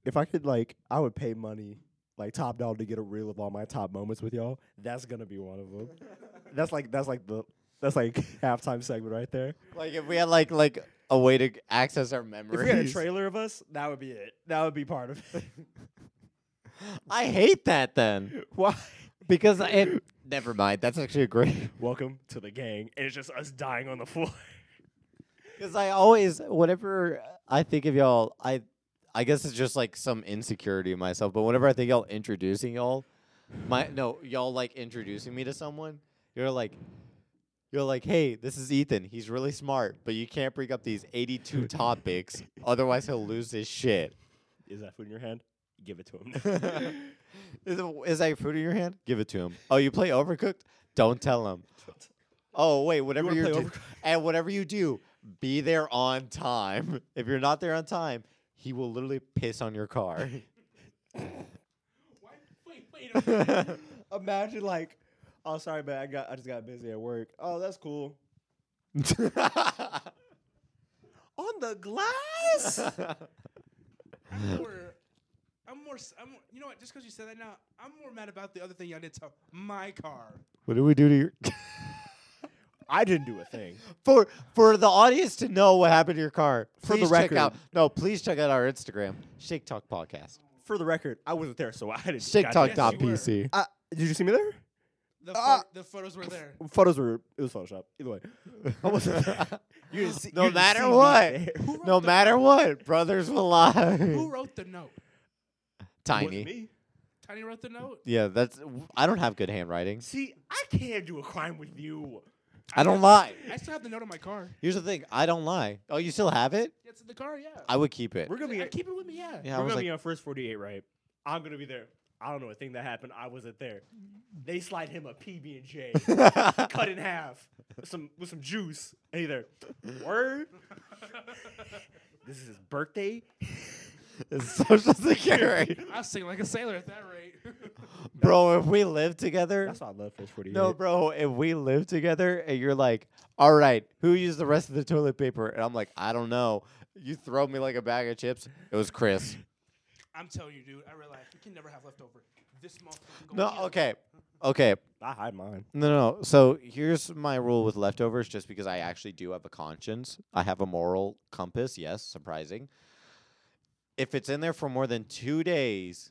if I could like, I would pay money, like top dollar, to get a reel of all my top moments with y'all. That's gonna be one of [LAUGHS] them. that's like that's like the that's like [LAUGHS] halftime segment right there.
like if we had like like a way to access our
If
memories.
we had a trailer of us, that would be it. That would be part of it.
[LAUGHS] I hate that then
[LAUGHS] Why?
because
[LAUGHS]
I- it. Never mind. That's actually a great. [LAUGHS]
Welcome to the gang, and it's just us dying on the floor. [LAUGHS]
Because I always whenever I think of y'all, I I guess it's just like some insecurity of myself. But whenever I think y'all introducing y'all, my no y'all like introducing me to someone, you're like. You're like, hey, this is Ethan. He's really smart, but you can't bring up these 82 topics, otherwise he'll lose his shit.
Is that food in your hand? Give it to him.
[LAUGHS]
[LAUGHS]
is, it, is that your food in your hand? Give it to him. Oh, you play Overcooked? Don't tell him. Oh, wait, whatever
wanna
you,
play
do,
Overcooked?
and whatever you do, be there on time. [LAUGHS] If you're not there on time, he will literally piss on
[LAUGHS]
your car. [LAUGHS]
Why? Wait, wait. a minute.
Imagine like, oh sorry, man, I got I just got busy at work. Oh, that's cool. On the glass.
I'm more. I'm more. s- I'm more- you know what? Just because you said that now, I'm more mad about the other thing y'all did to my car.
what do we do to your
[LAUGHS]
[LAUGHS]
I didn't do a thing.
for for the audience to know what happened to your car?
For the
please
record.
check out no, please check out our Instagram, Shake Talk Podcast,
For the record, I wasn't there, so I didn't.
Shake Talk
Yes,
dot
you were.
PC.
Uh, did you see me there?
The,
Ah.
pho- the photos
[LAUGHS]
were there.
Photos were it was Photoshop. Either way, [LAUGHS] I wasn't there. You [GASPS] didn't see-
No
you didn't
matter
see me
what.
there.
Who wrote
No
the
matter
note?
[LAUGHS] what, brothers will lie.
Who wrote the note?
Wasn't
Tiny.
me.
Tiny wrote the note.
Yeah, that's. w- I don't have good handwriting.
See, I can't do a crime with you.
I don't lie.
I still have the note in my car.
Here's the thing. I don't lie. Oh, you still have it?
It's in the car. Yeah.
I would keep it.
We're gonna be.
I keep it with me. Yeah.
Yeah, I
we're
was
gonna
like,
be on first 48, right? I'm gonna be there. I don't know a thing that happened. I wasn't there. They slide him a PB and J, cut in half, with some with some juice. And he there, word. this is his birthday.
It's [LAUGHS] Social Security,
I was singing like a sailor at that rate. [LAUGHS]
bro. If we live together,
That's why I love first 48.
no, bro. If we live together, and you're like, all right, who used the rest of the toilet paper? And I'm like, I don't know. You throw me like a bag of chips. It was Chris.
I'm telling you, dude. I realized we can never have leftover. This motherfucker. gonna
No,
eat 'em.
okay, okay.
I hide mine.
No, no. no. So here's my rule with leftovers, just because I actually do have a conscience. I have a moral compass. Yes, surprising. If it's in there for more than two days,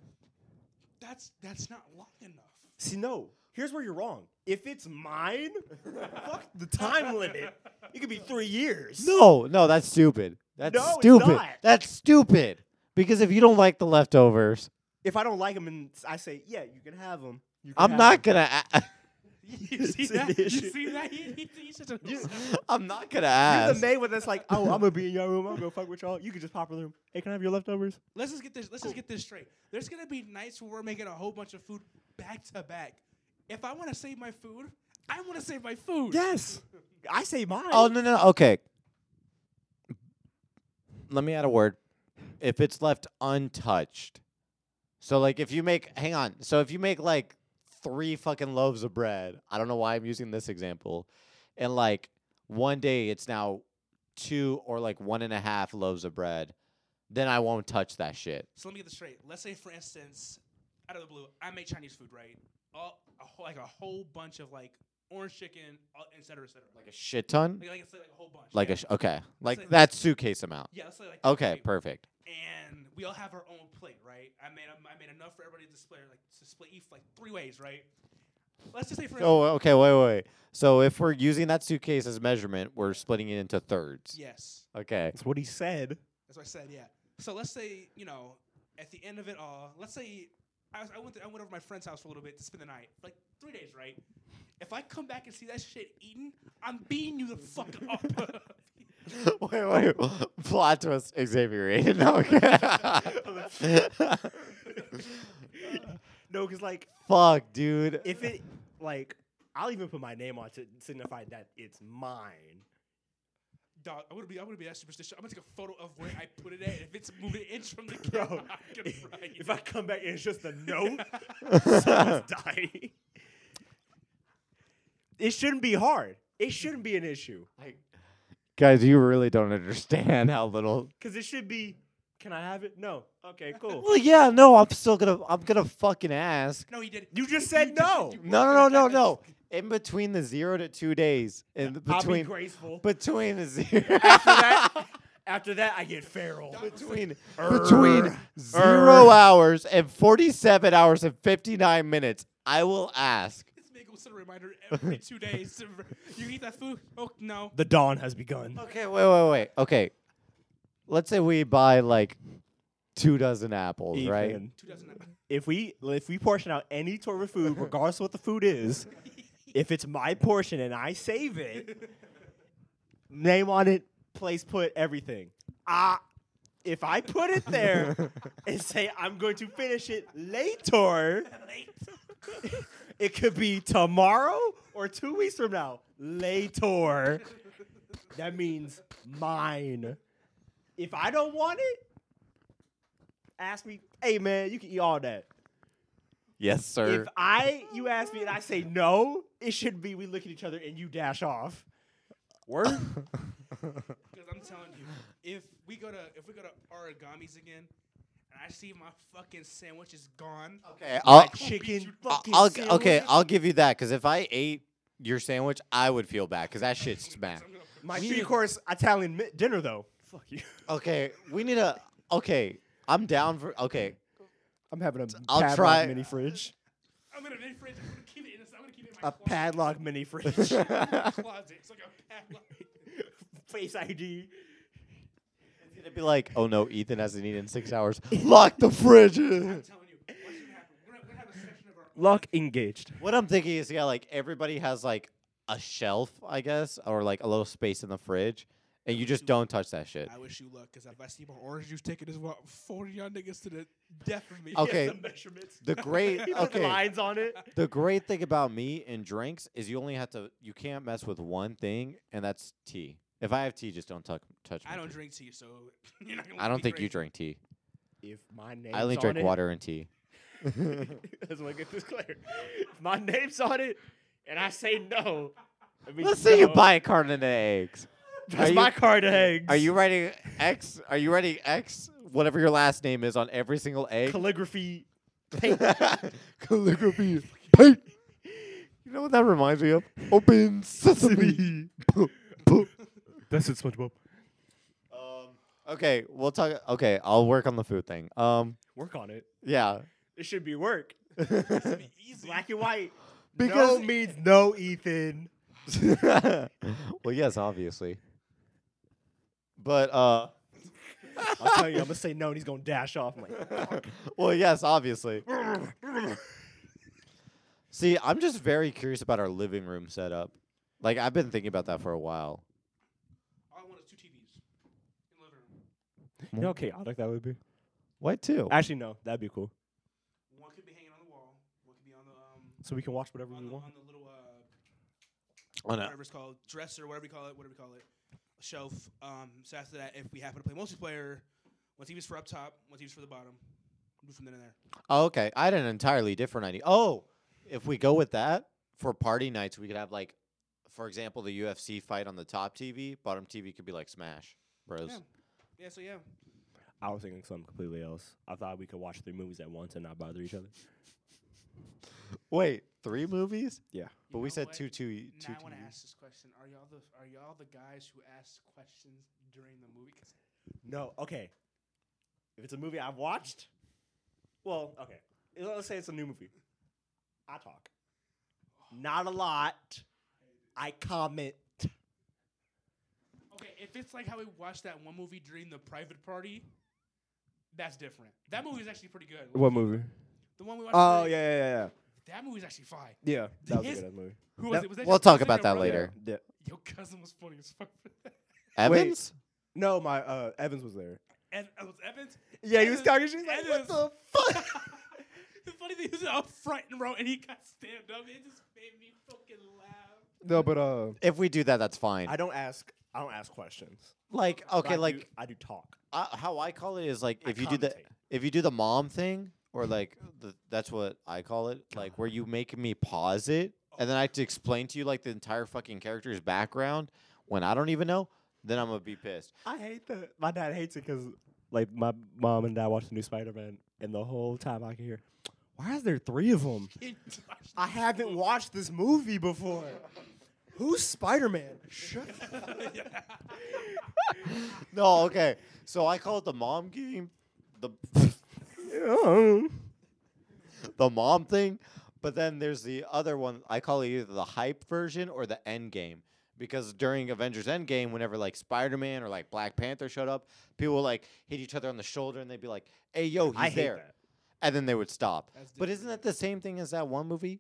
That's that's not long enough.
[LAUGHS] See, no. Here's where you're wrong. If it's mine, [LAUGHS] fuck the time limit. It could be three years.
no, no, that's stupid. That's
No, it's
stupid.
not.
That's stupid. Because if you don't like the leftovers,
If I don't like him and s- I say, yeah, you can have him. You can
I'm
have
not
'em."
gonna. A-
[LAUGHS]
[LAUGHS]
You see
It's an
that? You
issue.
see that? He, he, he's such a
I'm not gonna
You're the
ask.
maid with this, like, oh, I'm gonna be in your room. I'm gonna fuck with y'all. You can just pop in the room. Hey, can I have your leftovers?
Let's just get this. Let's just get this straight. There's gonna be nights where we're making a whole bunch of food back to back. If I want to save my food, I want to save my food.
Yes. I say mine.
oh no, no. Okay. Let me add a word. If it's left untouched, so like if you make, hang on. So if you make like three fucking loaves of bread, I don't know why I'm using this example, and like one day it's now two or like one and a half loaves of bread, then I won't touch that shit.
So let me get this straight. Let's say, for instance, out of the blue, I make Chinese food, right? All, a whole, like a whole bunch of like orange chicken, all- et cetera, et cetera.
Like a shit ton.
like, like, it's like a whole bunch.
Like
yeah.
a sh- okay,
say-
like that suitcase amount.
Yeah, let's say like
Okay,
perfect.
perfect.
and we all have our own plate, right? I made um, I made enough for everybody to split like to split each like three ways, right? Let's just say for
Oh, okay, wait, wait, wait. So if we're using that suitcase as measurement, we're splitting it into thirds.
instance- yes,
Okay. [LAUGHS]
That's what he said.
that's what I said. Yeah. So let's say you know at the end of it all, let's say I, was, I went to, I went over to my friend's house for a little bit to spend the night, like three days, right? If I come back and see that shit eaten, I'm beating you the fuck up. [LAUGHS]
wait, wait. [LAUGHS] Plot twist Xavier [LAUGHS] Aiden. [LAUGHS] Okay.
No, because, like,
Fuck, dude.
if it, like, I'll even put my name on it to signify that it's mine.
Dog, I would be I would be that superstitious. I'm gonna take a photo of where I put it at. If it's moving an inch from the
Bro,
camera,
[LAUGHS]
I'm gonna
if,
fry you. [LAUGHS]
if I come back and it's just a note,
[LAUGHS]
someone's
That's
dying. It shouldn't be hard. It shouldn't be an issue.
Guys, you really don't understand how little.
Because it should be, can I have it? No. Okay, cool.
Well, yeah, no, I'm still gonna, I'm gonna fucking ask.
no, he did.
You just said no.
you
No,
weren't
no,
gonna
no, no,
attack
[LAUGHS]
us.
no. In between the zero to two days, in
I'll be
[LAUGHS] between,
graceful.
[LAUGHS] between the zero.
after that, after that, I get feral.
[LAUGHS]
between
Err.
between zero hours and 47 hours and 59 minutes i will ask
This man goes to the reminder every two days. to re- You eat that food? Oh
[LAUGHS]
no.
The dawn has begun.
okay wait wait wait okay let's say we buy like two dozen apples right
Ethan,
Two dozen. a-
If we if we portion out any sort of food, regardless of what the food is, if it's my portion and I save it, name on it, place put, everything. Ah, if I put it there and say I'm going to finish it later,
[LAUGHS]
it could be tomorrow or two weeks from now. Later. That means mine. If I don't want it, ask me, hey man, you can eat all that.
[LAUGHS] yes sir
If I you ask me and I say no, it should be we look at each other and you dash off.
[LAUGHS]
Word?
Because I'm telling you, if we go to if we go to origami's again, and I see my fucking sandwich is gone.
Oh,
okay i'll,
Chicken
I'll,
fucking
I'll g- okay
sandwich.
i'll give you that because if i ate your sandwich i would feel bad because that shit smacked
I'm gonna-
My three course Italian mi- dinner though. Fuck
[LAUGHS]
you.
okay we need a okay i'm down for okay
I'm having a
I'll
padlock
try-
mini fridge.
I'm gonna mini fridge. I'm gonna keep it in. I'm gonna keep it in my
A
closet.
padlock mini fridge.
[LAUGHS]
[LAUGHS]
My closet. It's like a
[LAUGHS]
padlock.
Face ID.
It'd be [LAUGHS] like, oh no, Ethan hasn't eaten in six hours. Lock the fridge.
I'm telling you, what's gonna happen? We're gonna, we're
Lock engaged.
What I'm thinking is, yeah, like everybody has like a shelf, I guess, or like a little space in the fridge, and you just don't touch that shit.
I wish you luck, because if I see my orange juice ticket as well, 40 y'all niggas to the death for me.
Okay.
Yes, the measurements.
The great,
[LAUGHS] He put
okay,
lines on it.
the great thing about me and drinks is you only have to, you can't mess with one thing, and that's tea. If I have tea, just don't tuck, touch.
[LAUGHS]
my
I don't
tea.
drink tea, so [LAUGHS] you're not gonna
I
let
don't
me
think you drink tea.
If my name.
I only drink
[LAUGHS]
water and tea.
Let's want to get this clear. If my name's on it, and I say no. It means
Let's say you
no.
buy a carton of eggs.
That's
are
my
you-
card of eggs.
Are you writing X? Are you writing X? Whatever your last name is on every single egg.
calligraphy?
[LAUGHS] Calligraphy. Paint. You know what that reminds me of? Open sesame.
That's it, SpongeBob.
[LAUGHS] okay, we'll talk. Okay, I'll work on the food thing. Um,
Work on it.
yeah.
It should be work.
It's gonna be easy.
Black and white.
[LAUGHS]
no
Because-
means no, Ethan.
[LAUGHS] well, yes, obviously. But uh, [LAUGHS]
I'll tell you, I'm gonna say no, and he's gonna dash off. I'm [LAUGHS] like,
well, yes, [LAUGHS] obviously. See, I'm just very curious about our living room setup. Like I've been thinking about that for a while.
All I want is two TVs. In the living room.
you know how chaotic that would be.
Why two?
Actually, no, that'd be cool.
One could be hanging on the wall. One could be on the um
So we can watch whatever
on
we
the,
want.
on the little uh
On a-
whatever it's called dresser, whatever you call it, whatever you call it, shelf. Um, so after that, if we happen to play multiplayer, one TV's for up top, one TV's for the bottom. Move from there to there.
Oh, okay. I had an entirely different idea. Oh, if we go with that for party nights, we could have like, for example, the UFC fight on the top TV. Bottom TV could be like Smash Bros.
Yeah. Yeah. So yeah.
I was thinking something completely else. I thought we could watch three movies at once and not bother each other.
Wait, three movies?
Yeah.
You
But we
know
said
what?
two, two, two.
Now I want to
TVs.
ask this question: Are y'all the are y'all the guys who ask questions during the movie? 'Cause
No, okay. If it's a movie I've watched, well, okay. Let's say it's a new movie. I talk. Not a lot. I comment.
Okay, if it's like how we watched that one movie during the private party, that's different. That movie is actually pretty good.
movie?
The one we watched.
Oh, yeah,
during-
yeah,
That movie's actually fine.
yeah. Yeah, that was a
His-
good ass movie.
Who
That-
was it? Was that
We'll
your-
talk
was
about
your
that
brother?
later.
Yeah.
Your cousin was funny as fuck.
Wait.
Evans?
No, my uh, Evans was there.
[LAUGHS] and it was Evans.
Yeah, he was
Evans-
talking. She's like, what
Evans-
the fuck?
[LAUGHS] the funny thing is, I was front and row, and he got stabbed up. It just made me fucking laugh.
No, but uh,
If we do that, that's fine.
I don't ask. I don't ask questions.
like
But I
okay,
do-
like
I do talk.
I, how I call it is like
I
if you do the
commentate.
if you do the mom thing or like the, that's what I call it, like where you make me pause it and then I have to explain to you like the entire fucking character's background when I don't even know, then I'm gonna be pissed.
I hate that. My dad hates it because, like, my mom and dad watched the new Spider Man, and the whole time I can hear, "Why is there three of them?
[LAUGHS]
[LAUGHS]
I haven't watched this movie before. Who's Spider Man? Shut
No, okay. So I call it the mom game, the
up.
the mom thing, but then there's the other one I call it either the hype version or the end game. Because during Avengers Endgame, whenever like Spider Man or like Black Panther showed up, people would like hit each other on the shoulder and they'd be like, Hey yo, he's
I hate
there.
that.
and then they would stop.
That's
But
different,
isn't that the same thing as that one movie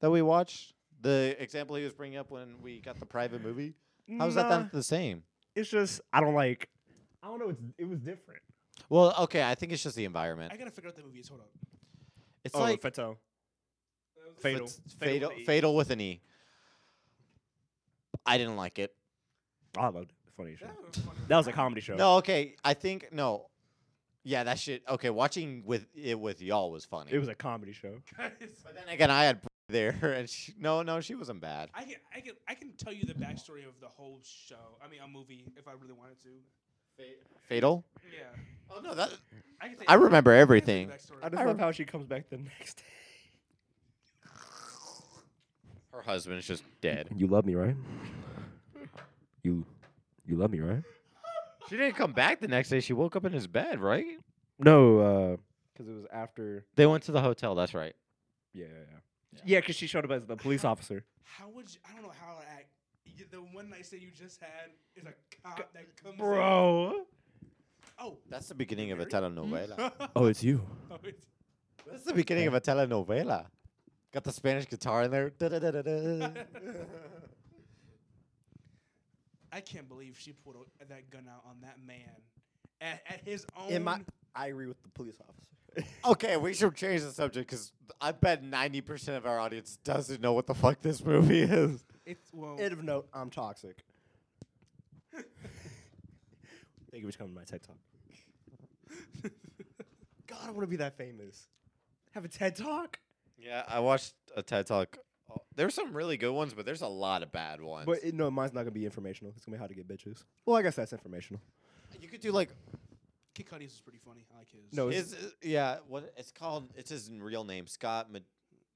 that we watched? The example he was bringing up when we got the private movie. How's that
Nah,
not the same?
It's just I don't like. I don't know. It's, it was different.
Well, okay, I think it's just the environment.
I gotta figure out that movie is. Hold up.
It's like
Fatal.
f-
Oh, Fatal.
it's fatal, fatal with an E. I didn't like it.
Oh, I loved it. Funny show.
That was funny.
That was a comedy show.
No, okay, I think no. Yeah, that shit. Okay, watching with it with y'all was funny.
It was a comedy show.
Guys, [LAUGHS]
But then again, I had [LAUGHS] there, and she, no, no, she wasn't bad.
I can, I can, I can tell you the backstory of the whole show. I mean, a movie, if I really wanted to.
Fatal.
Yeah,
Oh no, that
I, can say
I remember
I can say
everything.
the backstory.
I just love how she comes back the next day.
Her husband's just dead.
You love me, right? You, you love me, right?
She didn't come back the next day. She woke up in his bed, right?
No, because it was after.
They went to the hotel. That's right.
Yeah, yeah, yeah. Because she showed up as the police officer.
How would you? I don't know how to act. You- The one night that you just had is a cop that comes.
[LAUGHS]
in-
Bro.
Oh.
That's the beginning of a
Very-
[LAUGHS] telenovela.
Oh, it's you.
Oh, [LAUGHS] it's-
That's the beginning of a telenovela. Got the Spanish guitar in there.
[LAUGHS]
Da-da-da-da-da.
I can't believe she pulled a, that gun out on that man at, at his own.
In my, I agree with the police officer. [LAUGHS]
okay, we should change the subject because I bet ninety percent of our audience doesn't know what the fuck this movie is.
it's well,
End of note. I'm toxic. [LAUGHS] Thank you for coming to my TED talk. God, I want to be that famous. Have a TED talk.
Yeah, I watched a TED talk. Oh, There's some really good ones, but there's a lot of bad ones.
But it, no, mine's not gonna be informational. It's gonna be how to get bitches. Well, I guess that's informational.
you could do like
[LAUGHS] Kid Cudi's was pretty funny. I like his.
No,
is uh, yeah, what it's called? It's his real name, Scott Ma-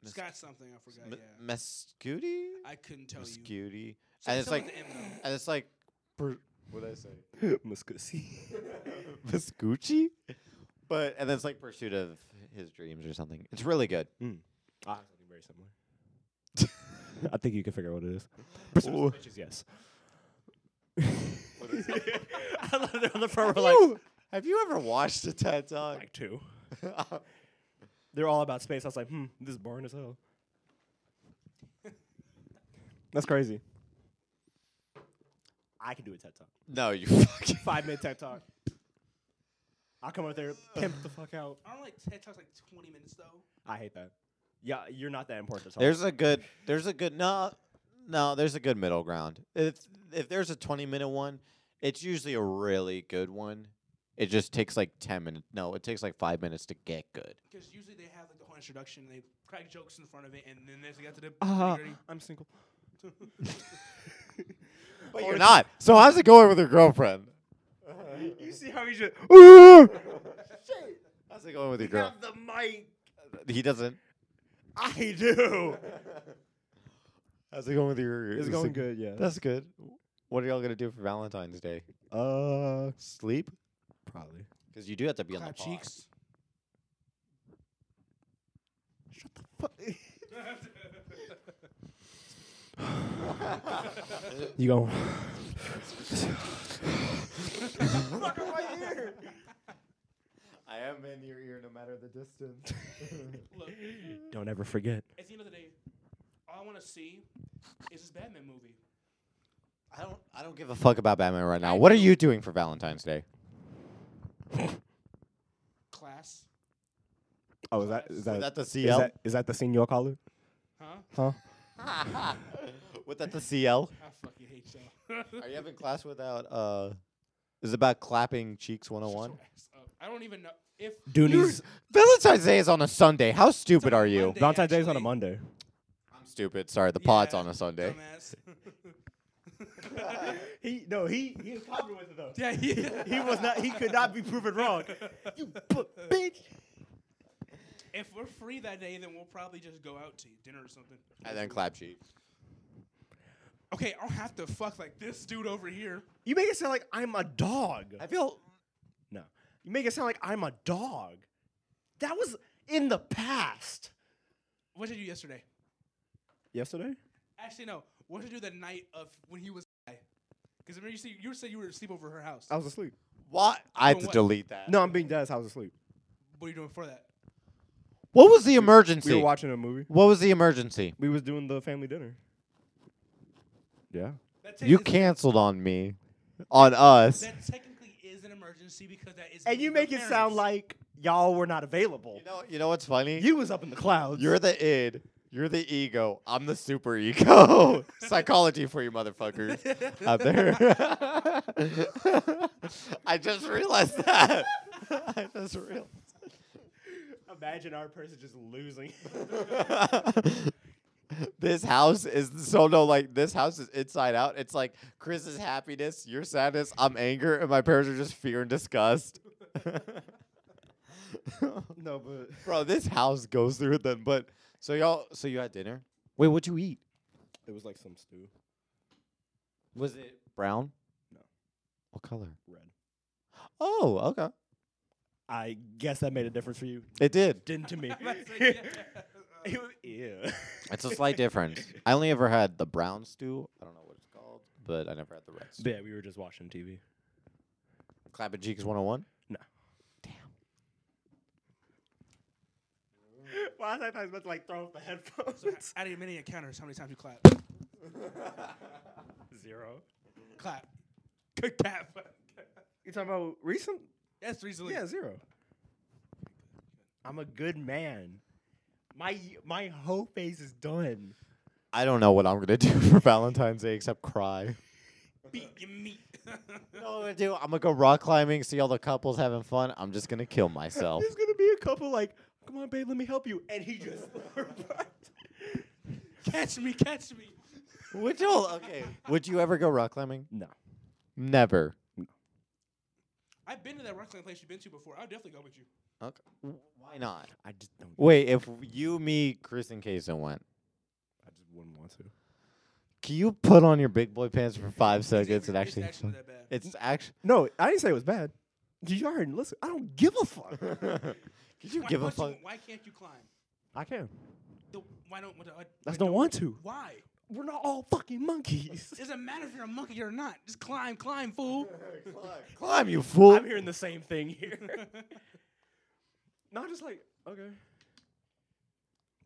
Mes-
Scott something I forgot.
Ma-
Oh, yeah,
Mescuti.
I couldn't tell you.
Mescuti,
So-
and it's
something
like,
with the M, though.
and it's like, per- [LAUGHS] what did I say?
[LAUGHS] Muscusi. [LAUGHS]
Vescucci? But and then it's like pursuit of his dreams or something. It's really good.
ah, something very similar. [LAUGHS] I think you can figure out what it is. Pursuit
Ooh.
of bitches, yes.
is
[LAUGHS] I love they're on the front row,
you, have you ever watched a
like,
TED
[LAUGHS]
Talk?
like two.
oh,
They're all about space. I was like, hmm, this is boring as hell. That's crazy. I can do a TED talk.
[LAUGHS] no, you [LAUGHS] fucking.
Five minute TED talk. I'll come up there, pimp the fuck out.
I don't like TED Talks like 20 minutes though.
I hate that. Yeah, you're not that important to talk.
There's a good. There's a good. No, no. There's a good middle ground. If if there's a 20 minute one, it's usually a really good one. It just takes like 10 minutes. No, it takes like five minutes to get good.
Because usually they have like the whole introduction, they crack jokes in front of it, and then there's got to the
Ah,
nitty-gritty.
I'm [LAUGHS] single.
But you're not. So how's it going with your girlfriend?
You see how he just shit.
How's it going with your girl?
Have the mic.
He doesn't.
I do.
How's it going with your?
[LAUGHS] It's going good, yeah.
That's good. What are y'all gonna do for Valentine's Day?
Uh,
Sleep?
probably.
Because you do have to be on the
Clap
pod.
cheeks.
Shut the fuck. [LAUGHS]
[LAUGHS]
[LAUGHS]
[LAUGHS]
You go. [LAUGHS]
I am in your ear no matter the distance. [LAUGHS]
Look,
[SIGHS] Don't ever forget.
at the end of the day, all I want to see is this Batman movie.
I don't. I don't give a fuck about Batman right now.
I
What are
do.
you doing for Valentine's Day?
Class,
Oh, is that is that,
With that the
is
CL?
that is that the senior collar?
huh?
Huh?
with that the CL?
I fucking hate y'all.
[LAUGHS] Are you having class without? uh Is it about clapping cheeks 101?
Shut your ass up. I don't even know if
Dooney's
Valentine's Day is on a Sunday. How stupid
on
are you?
Monday.
Valentine's Day's on a
actually-
Monday.
I'm stupid. Sorry, the pod's
Yeah,
on a Sunday. [LAUGHS]
[LAUGHS]
dumbass.
He no, he he was popular with it though.
yeah, yeah.
[LAUGHS] He was not. He
[LAUGHS]
could not be proven wrong. You bu- bitch.
If we're free that day, then we'll probably just go out to dinner or something.
And then clap cheeks.
Okay, I don't have to fuck like this dude over here.
You make it sound like I'm a dog.
I feel.
No. You make it sound like I'm a dog. That was in the past.
What did you do yesterday?
Yesterday?
Actually, no. What did you do the night of when he was high? Because remember you said you said you were asleep over her house.
I was asleep.
What? I had
Doing
to
what?
delete that.
No, I'm being dead. I was asleep.
what are you doing before that?
What was the
[LAUGHS]
emergency?
We were watching a movie.
what was the emergency?
We was doing the family dinner. Yeah.
That
You
technically-
canceled on me, on us.
That technically is an emergency because that is.
And you make it sound
[LAUGHS]
like [LAUGHS] y'all were not available.
You know, you know what's funny?
You was up in the clouds.
You're the id. You're the ego. I'm the super [LAUGHS] ego. Psychology for you motherfuckers out there. [LAUGHS] I just realized that. [LAUGHS] I just
[LAUGHS] Imagine our person just losing.
realized. [LAUGHS] this house is so no like this house is inside out. It's like Chris's happiness, your sadness, I'm anger, and my parents are just fear and disgust.
[LAUGHS] no, but
Bro, this house goes through it then. But so y'all, so you had dinner? Wait, what'd you eat?
it was like some stew.
Was it brown?
No.
What color?
Red.
Oh, okay.
I guess that made a difference for you.
It did.
Didn't to me.
like.
[LAUGHS] yeah.
It's a slight difference. I only ever had the brown stew. I don't know what it's called, but I never had the red stew.
But yeah, we were just watching TV.
Clap and cheeks 101.
No. Damn. Well, I thought I was about to like throw off the
So h-
headphones.
out of your many encounters, how many times you clap?
Zero.
clap. Good clap.
You talking about recent?
That's recently.
Yeah, zero. I'm a good man. My my whole face is done.
I don't know what I'm gonna do [LAUGHS] for Valentine's Day except cry.
Beat your meat. [LAUGHS]
No, I'm gonna do. I'm gonna go rock climbing, see all the couples having fun. I'm just gonna kill myself.
There's gonna be a couple like, come on, babe, let me help you, and he just. [LAUGHS]
catch me, catch me.
[LAUGHS] Would you? Okay. Would you ever go rock climbing?
no.
Never.
I've been to that rock climbing place you've been to before. I'll definitely go with you.
Okay. Why not?
I just don't.
Wait, if you, me, Chris, and Kason went,
I just wouldn't want to.
can you put on your big boy pants for five
It's
seconds
even-
and
it's
actually?
that bad.
It's actually.
No, I didn't say it was bad. Did you heard? Listen, I don't give a fuck.
[LAUGHS] Could you
why,
give a
once you-
fuck?
Why can't you climb?
[LAUGHS] I can.
The, why don't? what the- uh,
I
wait,
just don't want to.
Why?
We're not all fucking [LAUGHS] monkeys.
Doesn't matter if you're a monkey or not. Just climb, climb, fool.
Climb, you fool!
I'm hearing the same thing here. [LAUGHS] not just like okay.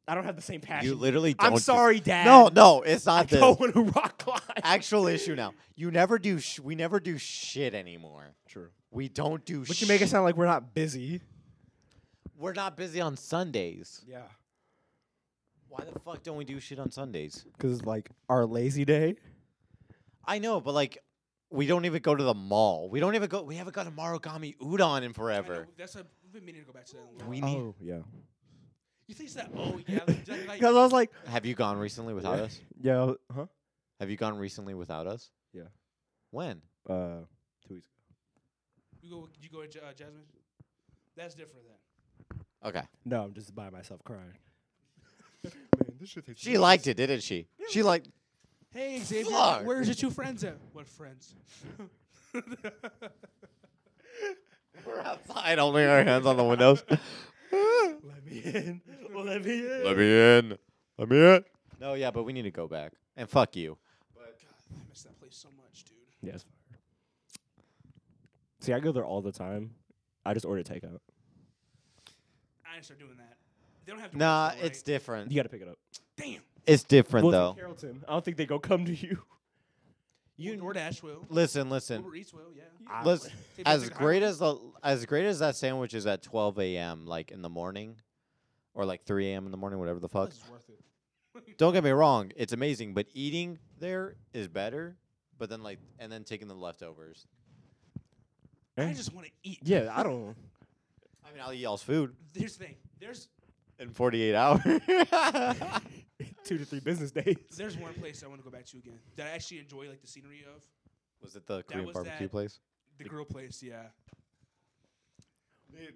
I don't have the same passion.
You literally. Don't
I'm
do-
sorry, Dad.
No, no, it's
I
not this.
don't [LAUGHS] want to rock climb. [LAUGHS]
Actual issue now. You never do. Sh- we never do shit anymore.
True.
We don't do.
But you make it sound like we're not busy.
We're not busy on Sundays.
Yeah.
Why the fuck don't we do shit on Sundays?
Because it's like our lazy day.
I know, but like, we don't even go to the mall. We don't even go. We haven't gone to Marugami Udon in
I
forever.
know, That's a. We've been meaning to go back to that. in a while.
We need.
Oh, yeah.
You think it's that? Oh yeah. like- like-
Because I was like,
Have you gone recently without us?
yeah, huh?
Have you gone recently without us?
Yeah.
When?
Uh, two weeks ago.
You go. You go to J- uh, Jasmine. That's different then.
Okay.
No, I'm just by myself crying. this shit takes
She liked it, didn't she? She liked.
Hey Xavier,
Fuck.
where's your two friends at? What friends?
We're outside, holding our hands on the windows.
Let me in. Let me in.
me in. Let me in. No, yeah, but we need to go back. And fuck you.
I miss that place so much, dude.
Yes. See, I go there all the time. I just order takeout.
I didn't start doing that. They don't have. To
Nah,
work,
it's
right?
different.
You got to pick it up.
damn.
It's different
Well, it's in
though.
Carrollton. I don't think they go come to you.
You DoorDash will.
Listen, listen.
Uber Eats will. Yeah.
I
Let's,
would.
Take-
as
take a
great
hike.
as the as great as that sandwich is at 12 a.m. like in the morning, or like 3 a.m. in the morning, whatever the fuck.
This is worth it.
Don't get me wrong, it's amazing, but eating there is better. But then like and then taking the leftovers.
I
Eh?
just want to eat.
Yeah, I don't. [LAUGHS]
I mean, I'll eat y'all's food
Here's the thing. There's
in 48 hours. [LAUGHS]
Two to three business [LAUGHS] days.
there's one place I want to go back to again that I actually enjoy like the scenery of
was it the Korean
was
barbecue
that-
place?
the grill place. Yeah.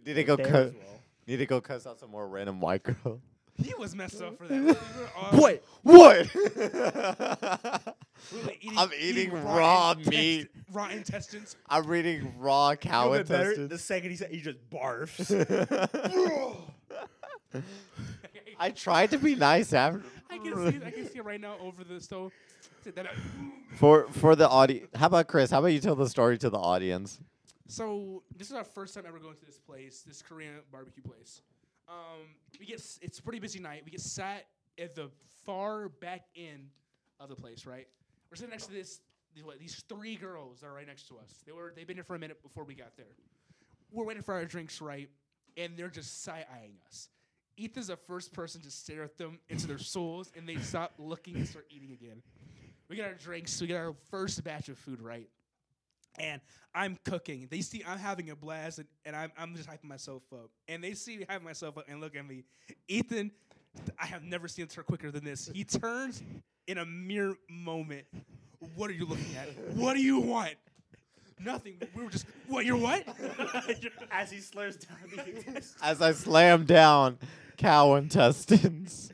Need to go.
There
Cu-
as well.
need to go cuss out some more random white girl. [LAUGHS]
He was messed up for that. We were all-
What?
What? [LAUGHS]
we were eating,
I'm eating raw
intest-
meat.
raw intestines. [LAUGHS]
I'm reading raw cow
Even better,
intestines.
The second he said, he just barfs.
[LAUGHS] I tried to be nice after.
I can see, it- I can see it right now over the stove. Sit that up.
For for the audience, how about Chris? How about you tell the story to the audience?
So this is our first time ever going to this place, this Korean barbecue place. Um, we get s- it's a pretty busy night. We get sat at the far back end of the place, right? We're sitting next to this these, what, these three girls that are right next to us. They were they've been here for a minute before we got there. We're waiting for our drinks, right? And they're just side eyeing us. Ethan's the first person to stare at them into their souls, and they stop looking and start eating again. We get our drinks. We get our first batch of food, right? and I'm cooking. They see I'm having a blast, and, and I'm, I'm just hyping myself up. And they see me hyping myself up and look at me. Ethan, I have never seen her quicker than this. He turns in a mere moment. What are you looking at? What do you want? Nothing. We were just, what, you're what?
[LAUGHS] As he slurs down the
[LAUGHS]
intestines.
As I slam down cow intestines,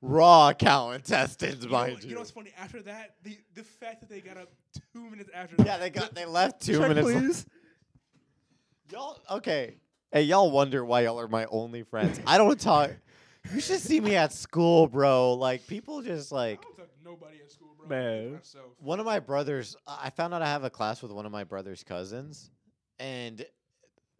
raw cow intestines,
You know,
mind
what-
you.
you know what's funny? After that, the, the fact that they got up two minutes after
yeah,
that.
they got they left [LAUGHS] two
Check,
minutes. left.
please.
Y'all okay? Hey, y'all wonder why y'all are my only friends. I don't talk. You should see me at school, bro. Like people just like
I don't talk to nobody at school, bro. I
Man.
hate myself.
one of my brothers i I found out i have a class with one of my brother's cousins and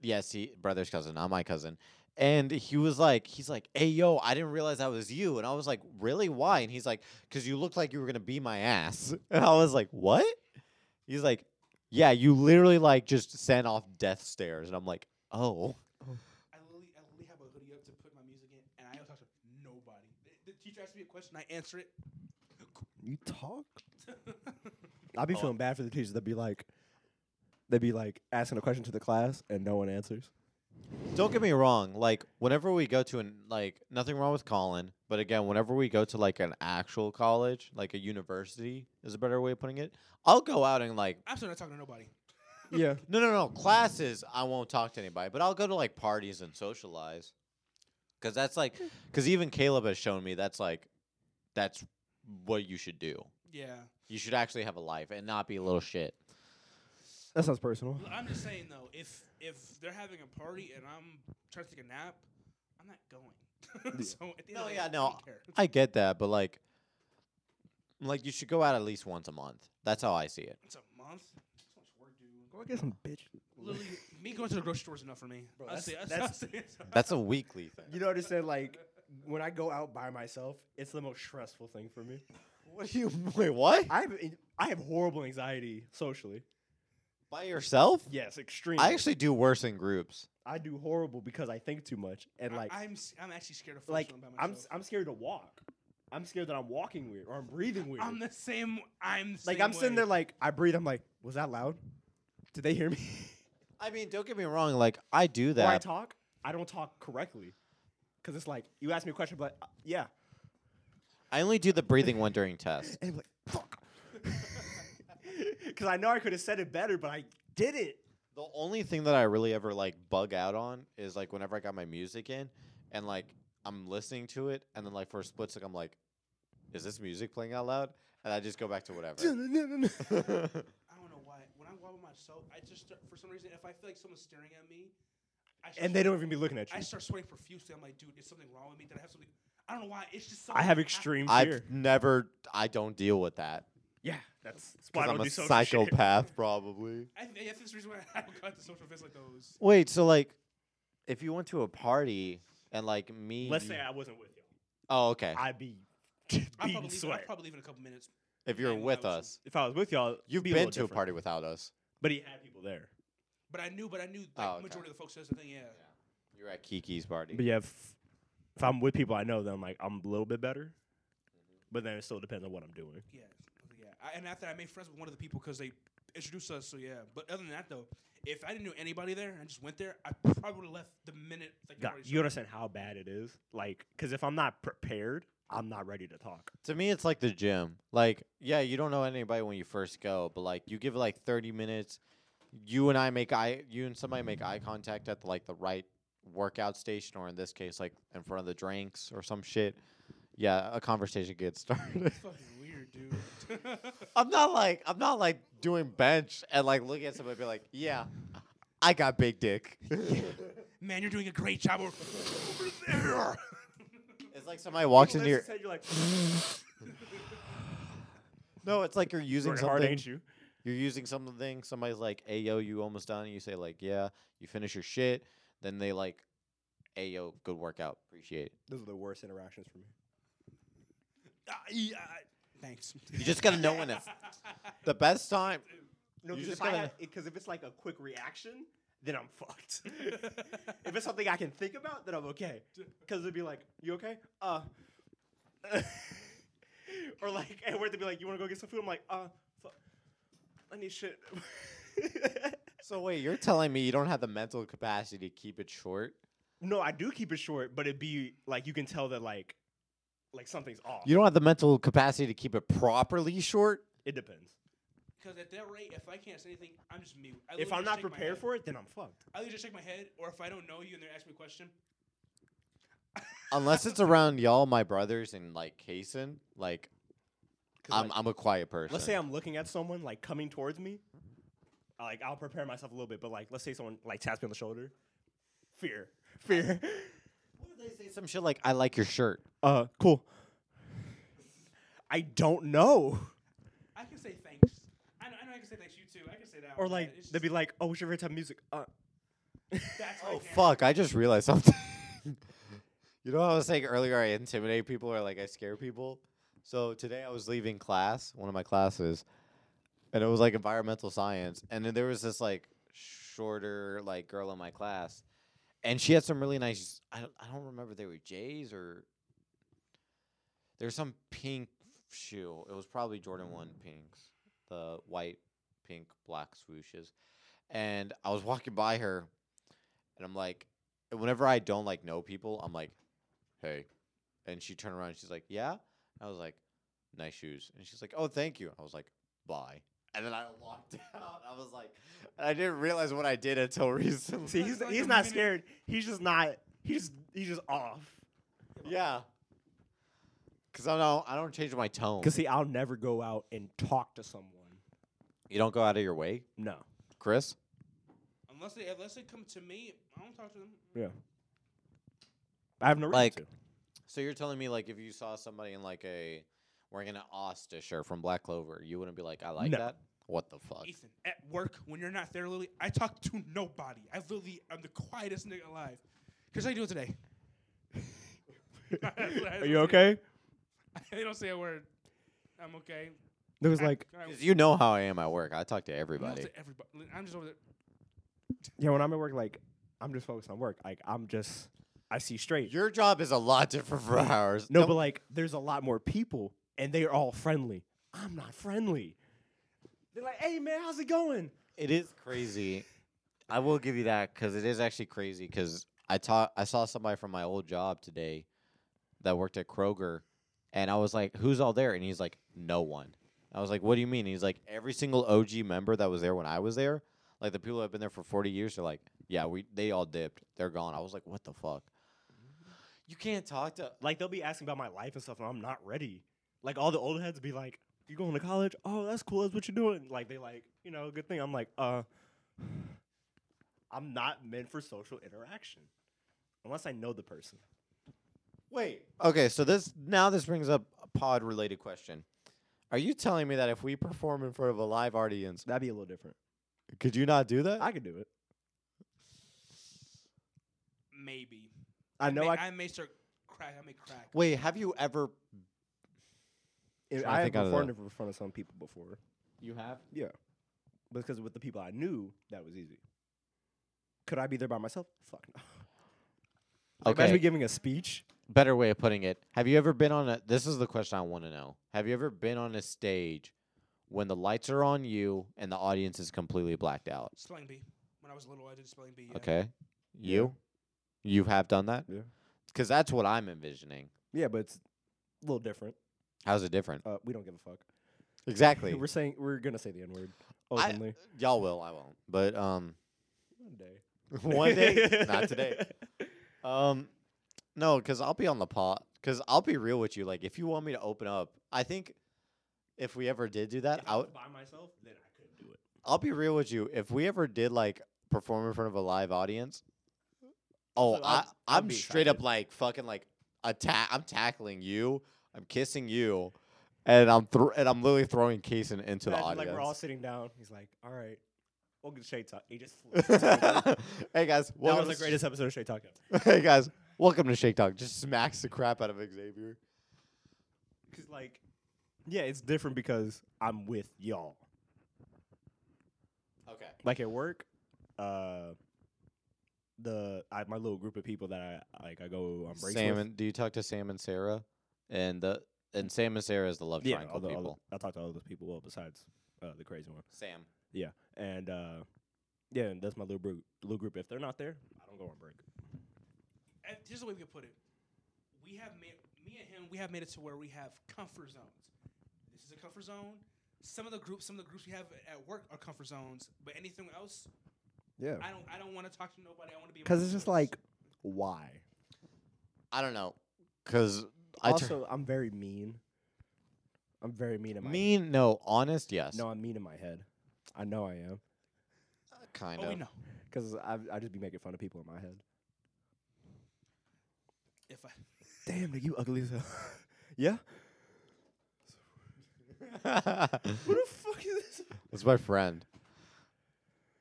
yes he brother's cousin not my cousin And he was like, he's like, hey, yo, I didn't realize that was you. And I was like, really? Why? And he's like, because you looked like you were going to be my ass. [LAUGHS] And I was like, what? He's like, yeah, you literally like just sent off death stares. And I'm like, oh.
I literally, I literally have a hoodie up to put my music in, and I don't talk to nobody. The, the teacher asks me a question, I answer it. [LAUGHS]
You talk. I'd be
Oh.
feeling bad for the teachers. They'd be like, they'd be like asking a question to the class and no one answers.
Don't get me wrong. Like, whenever we go to an, like, nothing wrong with Colin, but again, whenever we go to like an actual college, like a university is a better way of putting it, I'll go out and like,
I'm still not talking to nobody.
Yeah.
No, no, no. Classes, I won't talk to anybody, but I'll go to like parties and socialize. Cause that's like, cause even Caleb has shown me that's like, that's what you should do.
Yeah.
You should actually have a life and not be a little shit.
That sounds personal.
L- I'm just saying though, if if they're having a party and I'm trying to take a nap, I'm not going. [LAUGHS]
Yeah.
so at the end
No,
of the day,
yeah,
I
no,
don't care.
I get that, but like, like you should go out at least once a month. That's how I see it.
It's a month. That's so much work, dude.
Go get some bitch.
Literally, me going to the grocery store is enough for me.
Bro,
[LAUGHS] Honestly,
that's-
That's a weekly thing.
You know what I said? Like when I go out by myself, it's the most stressful thing for me.
[LAUGHS] What do you wait? What
I have I have horrible anxiety socially.
by yourself?
Yes, extreme.
I actually do worse in groups.
I do horrible because I think too much and like
I, am I'm actually scared of
like
functioning by
I'm
myself.
I'm scared to walk. I'm scared that I'm walking weird or I'm breathing weird.
I'm the same. I'm the
like
same
I'm sitting there
way.
like I breathe. I'm like, was that loud? Did they hear me?
I mean, don't get me wrong. Like I do
When I
that.
talk, I don't talk correctly because it's like you ask me a question, but uh, yeah,
I only do the breathing one during tests.
and I'm like fuck, [LAUGHS] because I know I could have said it better, but I did it. [LAUGHS]
The only thing that I really ever like bug out on is like whenever I got my music in and like I'm listening to it and then like for a split second I'm like, is this music playing out loud? And I just go back to whatever.
[LAUGHS]
I don't know why. When I'm walking by myself, I just start, for some reason if I feel like someone's staring at me, I start
and they don't
sweating-
even be looking at
I
you.
start sweating profusely. I'm like, dude, is something wrong with me? Did I have something? I don't know why. It's just
I
something.
have extreme fear.
[LAUGHS] I've never I don't deal with that.
yeah,
[LAUGHS]
that's why I
Because
don't
I'm
do
a
social shit.
psychopath probably.
I, I, I think that's the reason why I haven't gone to social events like those.
Wait, so like if you went to a party and like me
[LAUGHS] Let's say I wasn't with you,
Oh, okay.
I'd be [LAUGHS] beating
I'll probably, leave, I'll
sweat.
probably leave in a couple minutes.
if you're
I ain't gonna
with
lie with you.
us.
If I was with y'all,
You've
be a
been
little
to a
different.
party without us.
but he had people there.
But I knew, but I knew like,
Oh, okay.
majority of the folks says the thing. Yeah.
You're at Kiki's party.
But yeah, if, if I'm with people I know, then I'm like I'm a little bit better. But then it still depends on what I'm doing.
Yeah, yeah. I, and after I made friends with one of the people because they introduced us. So yeah. But other than that though, if I didn't know anybody there and just went there, I probably would have left the minute. Like, the
God,
party
you
started.
understand how bad it is? Like, because if I'm not prepared, I'm not ready to talk.
To me, it's like the gym. Like, yeah, you don't know anybody when you first go, but like, you give it like thirty minutes. You and I make eye. You and somebody make eye contact at the, like the right workout station, or in this case, like in front of the drinks or some shit. Yeah, a conversation gets [LAUGHS] started.
It's fucking weird, dude. [LAUGHS]
I'm not like I'm not like doing bench and like looking at somebody and be like, yeah, I got big dick. [LAUGHS]
Man, you're doing a great job over over there. [LAUGHS]
it's like somebody walks into your.
You're like
No, it's like you're using
working hard,
something.
ain't you?
you're using something somebody's like hey yo you almost done you say like yeah you finish your shit then they like hey yo good workout appreciate it
Those are the worst interactions for me.
Ah, yeah, I- Thanks.
you just gotta know when it's
[LAUGHS]
the best time
No,
You
because
just
if, I
gotta-
had- it- 'cause if it's like a quick reaction, then I'm
[LAUGHS]
fucked. if it's something I can think about, then I'm okay. Because it'd be like, you okay? Uh. [LAUGHS] or like, and where they'd be like, you want to go get some food? I'm like, uh, fu- I need shit. [LAUGHS]
so wait you're telling me you don't have the mental capacity to keep it short
no, I do keep it short, but it'd be like, you can tell that like, like something's off.
you don't have the mental capacity to keep it properly short
it depends.
Because at that rate, if I can't say anything, I'm just mute. I
If
literally
I'm
just
not
shake my
prepared
head.
for it, then I'm fucked.
I either just shake my head, or if I don't know you and they're asking me a question,
unless it's around y'all my brothers and like Kason, like
'Cause,
I'm,
like,
I'm a quiet person
Let's say I'm looking at someone like coming towards me. I, Like I'll prepare myself a little bit, but like let's say someone like taps me on the shoulder. Fear. [LAUGHS] Fear.
What if they say some shit like i like your shirt
Uh cool. I don't know.
I can say thanks. I know, I know I can say thanks. You too. I can say that.
Or
one,
like
but it's
they'd be [LAUGHS]
just-
like, oh, what's your favorite type of music? Uh
that's
oh
my jam.
fuck i just realized something [LAUGHS] You know what I was saying earlier? I intimidate people or like I scare people. So today I was leaving class, one of my classes, and it was like environmental science. And then there was this like shorter like girl in my class, and she had some really nice. I don't, I don't remember if they were J's or there's some pink shoe. It was probably Jordan One pinks, the white, pink, black swooshes. And I was walking by her, and I'm like, and whenever I don't like know people, I'm like, hey. And she turned around and she's like, yeah. I was like, nice shoes. And she's like, oh, thank you. I was like, bye. And then I walked [LAUGHS] out. I was like, and I didn't realize what I did until [LAUGHS] recently.
See, he's
Like
he's
a
not
minute-
scared. He's just not. He's he's just off.
yeah. Cause I don't, I don't change my tone.
Cause see, I'll never go out and talk to someone.
You don't go out of your way,
No.
Chris.
Unless they unless they come to me, I don't talk to them.
Yeah. I have no reason
[LAUGHS]
Like-
to.
So you're telling me like if you saw somebody in like a wearing an Asta shirt from Black Clover, you wouldn't be like, I like
No.
that. What the fuck?
Ethan, at work when you're not there, Lily, I talk to nobody. I literally am the quietest nigga alive. Here's how you do it today. [LAUGHS]
Are you okay?
I don't say a word. I'm okay.
There was
I-
like,
I-
'Cause you know how I am at work. I talk to
I don't
everybody.
say everybody. Li- I'm just over there.
yeah, when I'm at work, like, I'm just focused on work. Like, I'm just, I see straight.
Your job is a lot different from ours.
no,
Don't-
but like, there's a lot more people, and they are all friendly. I'm not friendly. They're like, hey man, how's it going?
it is crazy. I will give you that because it is actually crazy. Because I taught, I saw somebody from my old job today that worked at Kroger, and I was like, "Who's all there?" And he's like, "No one." I was like, "What do you mean?" He's like, "Every single OG member that was there when I was there, like the people that have been there for forty years, are like, yeah, we they all dipped, they're gone." I was like, "What the fuck?" You can't talk to
Like, they'll be asking about my life and stuff, and I'm not ready. Like, all the old heads be like, you going to college? Oh, that's cool. That's what you're doing. Like, they like, you know, good thing. I'm like, uh, [SIGHS] I'm not meant for social interaction unless I know the person.
Wait. Okay, so this now this brings up a pod related question. Are you telling me that if we perform in front of a live audience,
That'd be a little different.
could you not do that?
I could do it.
Maybe.
I know
may,
I,
I may start crack. I may crack.
Wait, have you ever
c-
trying to
I have
think out of
performed
the-
in front of some people before.
you have?
Yeah. Because with the people I knew, that was easy. Could I be there by myself? Fuck no. [LAUGHS] Like,
Okay.
Imagine me giving a speech.
Better way of putting it. Have you ever been on a this is the question I want to know. Have you ever been on a stage when the lights are on you and the audience is completely blacked out?
Spelling bee. When I was little, I did spelling bee. yeah.
Okay. You? You have done that?
Yeah.
Cuz that's what I'm envisioning.
Yeah, but it's a little different.
How's it different?
Uh, we don't give a fuck.
Exactly.
We're saying we're gonna say the N word
I-
openly.
[LAUGHS] Y'all will, I won't. But [LAUGHS] um
One day. [LAUGHS]
one day, not today. Um, no, because I'll be on the pot. Because I'll be real with you. Like, if you want me to open up, I think if we ever did do that,
If I
I'll,
was by myself, then I couldn't do it.
I'll be real with you. If we ever did like perform in front of a live audience, oh,
So I'll-
I,
I'll
I'm
be
straight up
excited.
like fucking like attack. I'm tackling you. I'm kissing you, and I'm thr and I'm literally throwing Kason into the
Imagine,
audience.
like we're all sitting down. He's like, "All right, we'll get Shay Talk."
[LAUGHS]
He just flips. it. that
hey guys, welcome
was the
to-
greatest episode of Shay Talk. ever.
[LAUGHS] hey guys, welcome to Shake Talk. Just smacks the crap out of Xavier.
Cause like, yeah, it's different because I'm with y'all.
Okay.
Like at work, uh, the I my little group of people that I like I go on breaks
Sam
with.
and do you talk to Sam and Sarah? And the and Sam and Sarah is the love
yeah,
triangle
all the,
people.
all the- I talk to all those people. Well, besides uh, the crazy one.
Sam.
Yeah, and uh, yeah, and that's my little group. Little group. If they're not there, I don't go on break.
Uh, Here's the way we could put it. We have made me and him. We have made it to where we have comfort zones. This is a comfort zone. Some of the groups, some of the groups we have at work are comfort zones. But anything else,
Yeah,
I don't. I don't want to talk to nobody. I want to be.
because
amongst
it's just
others.
like why.
I don't know. Cause I tur-
Also, I'm very mean. I'm very mean in my
mean no, honest yes.
No, I'm mean in my head. I know I am
Uh, kind
Oh, we
of.
know.
because I I just be making fun of people in my head.
If I,
Damn, nigga, you ugly as hell. [LAUGHS] yeah.
[LAUGHS]
[LAUGHS] Who the fuck is this?
That's my friend.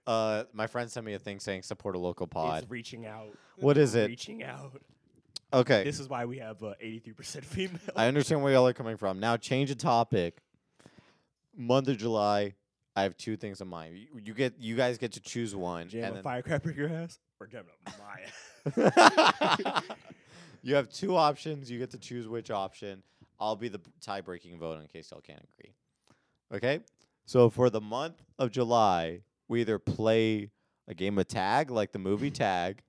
Uh my friend sent me a thing saying support a local pod.
It's reaching out.
what is it?
Reaching out.
Okay.
This is why we have uh, 83% female.
I understand where y'all are coming from. Now change the topic. Month of July, I have two things in mind. You, you get, you guys get to choose
[LAUGHS]
one,
jam a
and
firecracker in your ass or jam it up
[LAUGHS]
my ass.
then [LAUGHS] you have two options. You get to choose which option. I'll be the tie-breaking vote in case y'all can't agree. Okay. So for the month of July, we either play a game of tag, like the movie Tag,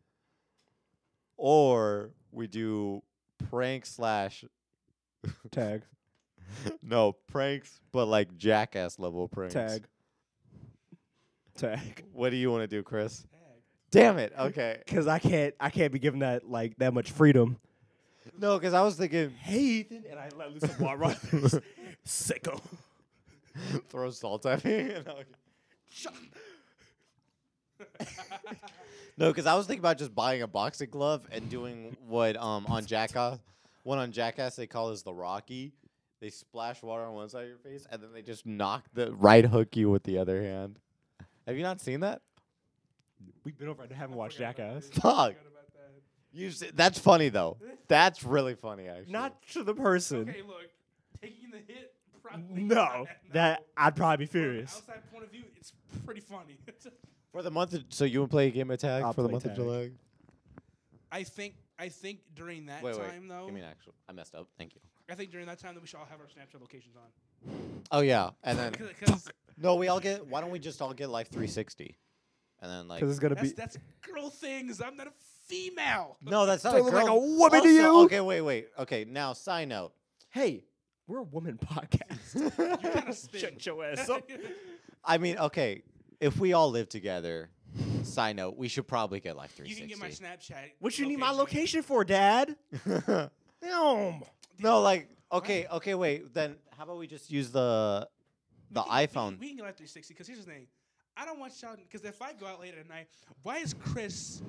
or we do prank slash
Tag.
No pranks, but like jackass level pranks.
Tag. Tag.
What do you want to do, Chris?
Tag.
Damn it. Okay.
[LAUGHS] Cause I can't I can't be given that like that much freedom.
No, because I was thinking
Hey Ethan, and I let loose a [LAUGHS] bar runners. Sicko.
[LAUGHS] throw salt at me. [LAUGHS] and I'll- no, because I was thinking about just buying a boxing glove and doing what um on jackass, one on jackass they call is the Rocky. They splash water on one side of your face and then they just knock the right hook you with the other hand. Have you not seen that?
We've been over and [LAUGHS] haven't
I
watched
forgot about
Jackass.
this. I
Fuck.
forgot about that.
You s- that's funny though. That's really funny actually.
Not to the person.
Okay, look, taking the hit. Probably
No.
not.
That I'd probably be
From an
furious.
outside point of view, it's pretty funny. [LAUGHS]
For the month, of, so you would play a game of tag
I'll
for the
play
month of
tag.
July.
I think I think during that time though,
Give me an actual. I messed up. Thank you.
I think during that time that we should all have our Snapchat locations on.
Oh yeah, and then
Because
no, we all get. Why don't we just all get life 360, and then like.
Because it's gonna
that's
be
that's girl things. I'm not a female.
No, that's not
Don't
a
look
girl.
like a woman to
Also-
you.
Okay, wait, wait. Okay, now side note.
Hey, we're a woman podcast.
You gotta spin.
Shut your
[LAUGHS]
ass up.
[LAUGHS] I mean, okay, if we all live together, side note, we should probably get life
you can
360.
get my Snapchat. [LAUGHS]
What you need my location for, Dad?
[LAUGHS]
Damn.
no, like okay, okay, wait. Then how about we just use the the
We can- we can-
iPhone?
We can go out 360 because here's the thing. I don't want y'all because if I go out later at night, why is Chris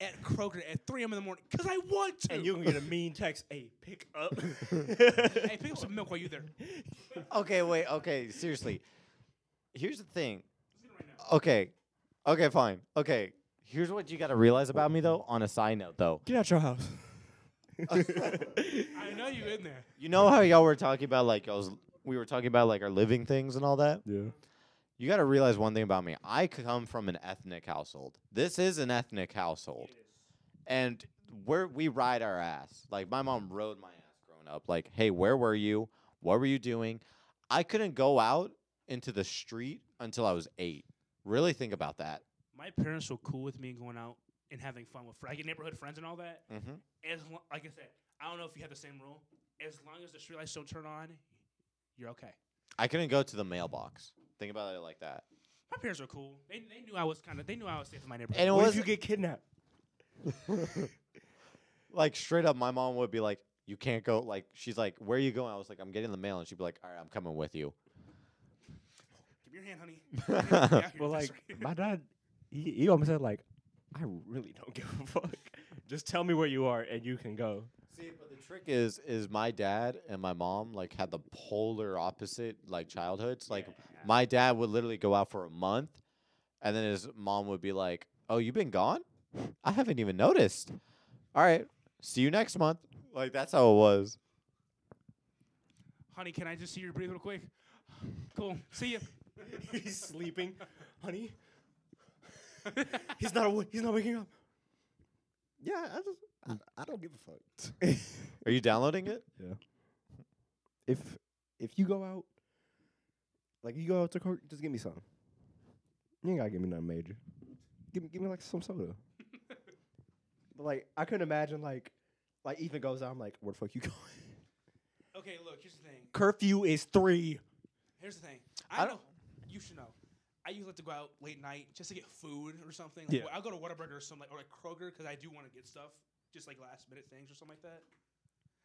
at Kroger at 3 a.m. in the morning? Because I want to.
And you can get a mean text. Hey, pick up.
hey, pick up some milk while you're there.
[LAUGHS]
okay, wait. Okay, seriously. Here's the thing.
Right now.
Okay. Okay, fine. Okay. Here's what you got to realize about me, though, on a side note, though.
Get out your house. [LAUGHS]
I know you in there.
You know how y'all were talking about, like, I was, we were talking about, like, our living things and all that?
yeah.
You got to realize one thing about me. I come from an ethnic household. This is an ethnic household. And we're, we ride our ass. Like, my mom rode my ass growing up. Like, hey, where were you? What were you doing? I couldn't go out into the street until I was eight. Really think about that.
My parents were cool with me going out and having fun with like neighborhood friends and all that.
Mm-hmm.
As lo- like I said, I don't know if you have the same rule. As long as the streetlights don't turn on, you're okay.
I couldn't go to the mailbox. Think about it like that.
My parents were cool. They, they knew I was kind of they knew I was safe in my neighborhood.
And it
What if
was
you get [LAUGHS] kidnapped?
like straight up, my mom would be like, "You can't go." Like she's like, "Where are you going?" I was like, "I'm getting the mail," and she'd be like, "All right, I'm coming with you."
Give me your hand, honey.
Well, like my dad, he, he almost said like, I really don't give a fuck. Just tell me where you are and you can go.
See, but the trick is, is my dad and my mom like had the polar opposite like childhoods. Like my dad would literally go out for a month, and then his mom would be like, "Oh, you've been gone? I haven't even noticed." All right, see you next month. Like that's how it was.
[LAUGHS] honey, can I just see your breathe real quick? [SIGHS] Cool. See you.
[LAUGHS] He's
[LAUGHS]
sleeping, honey. He's not. awa- He's not waking up. Yeah, I just. I, I don't give a fuck. [LAUGHS]
Are you downloading it?
if if you go out, like you go out to court, just give me something. You ain't gotta give me nothing major. Give me give me like some [LAUGHS] soda. but like I couldn't imagine like like Ethan goes out. I'm like, where the fuck you going? [LAUGHS]
okay, look. Here's the thing.
Curfew is three.
Here's the thing. I,
I
know
don't-
you should know. I usually like to go out late night just to get food or something. Like,
Yeah.
I'll go to Whataburger or something, like, or like Kroger because I do want to get stuff, just like last minute things or something like that.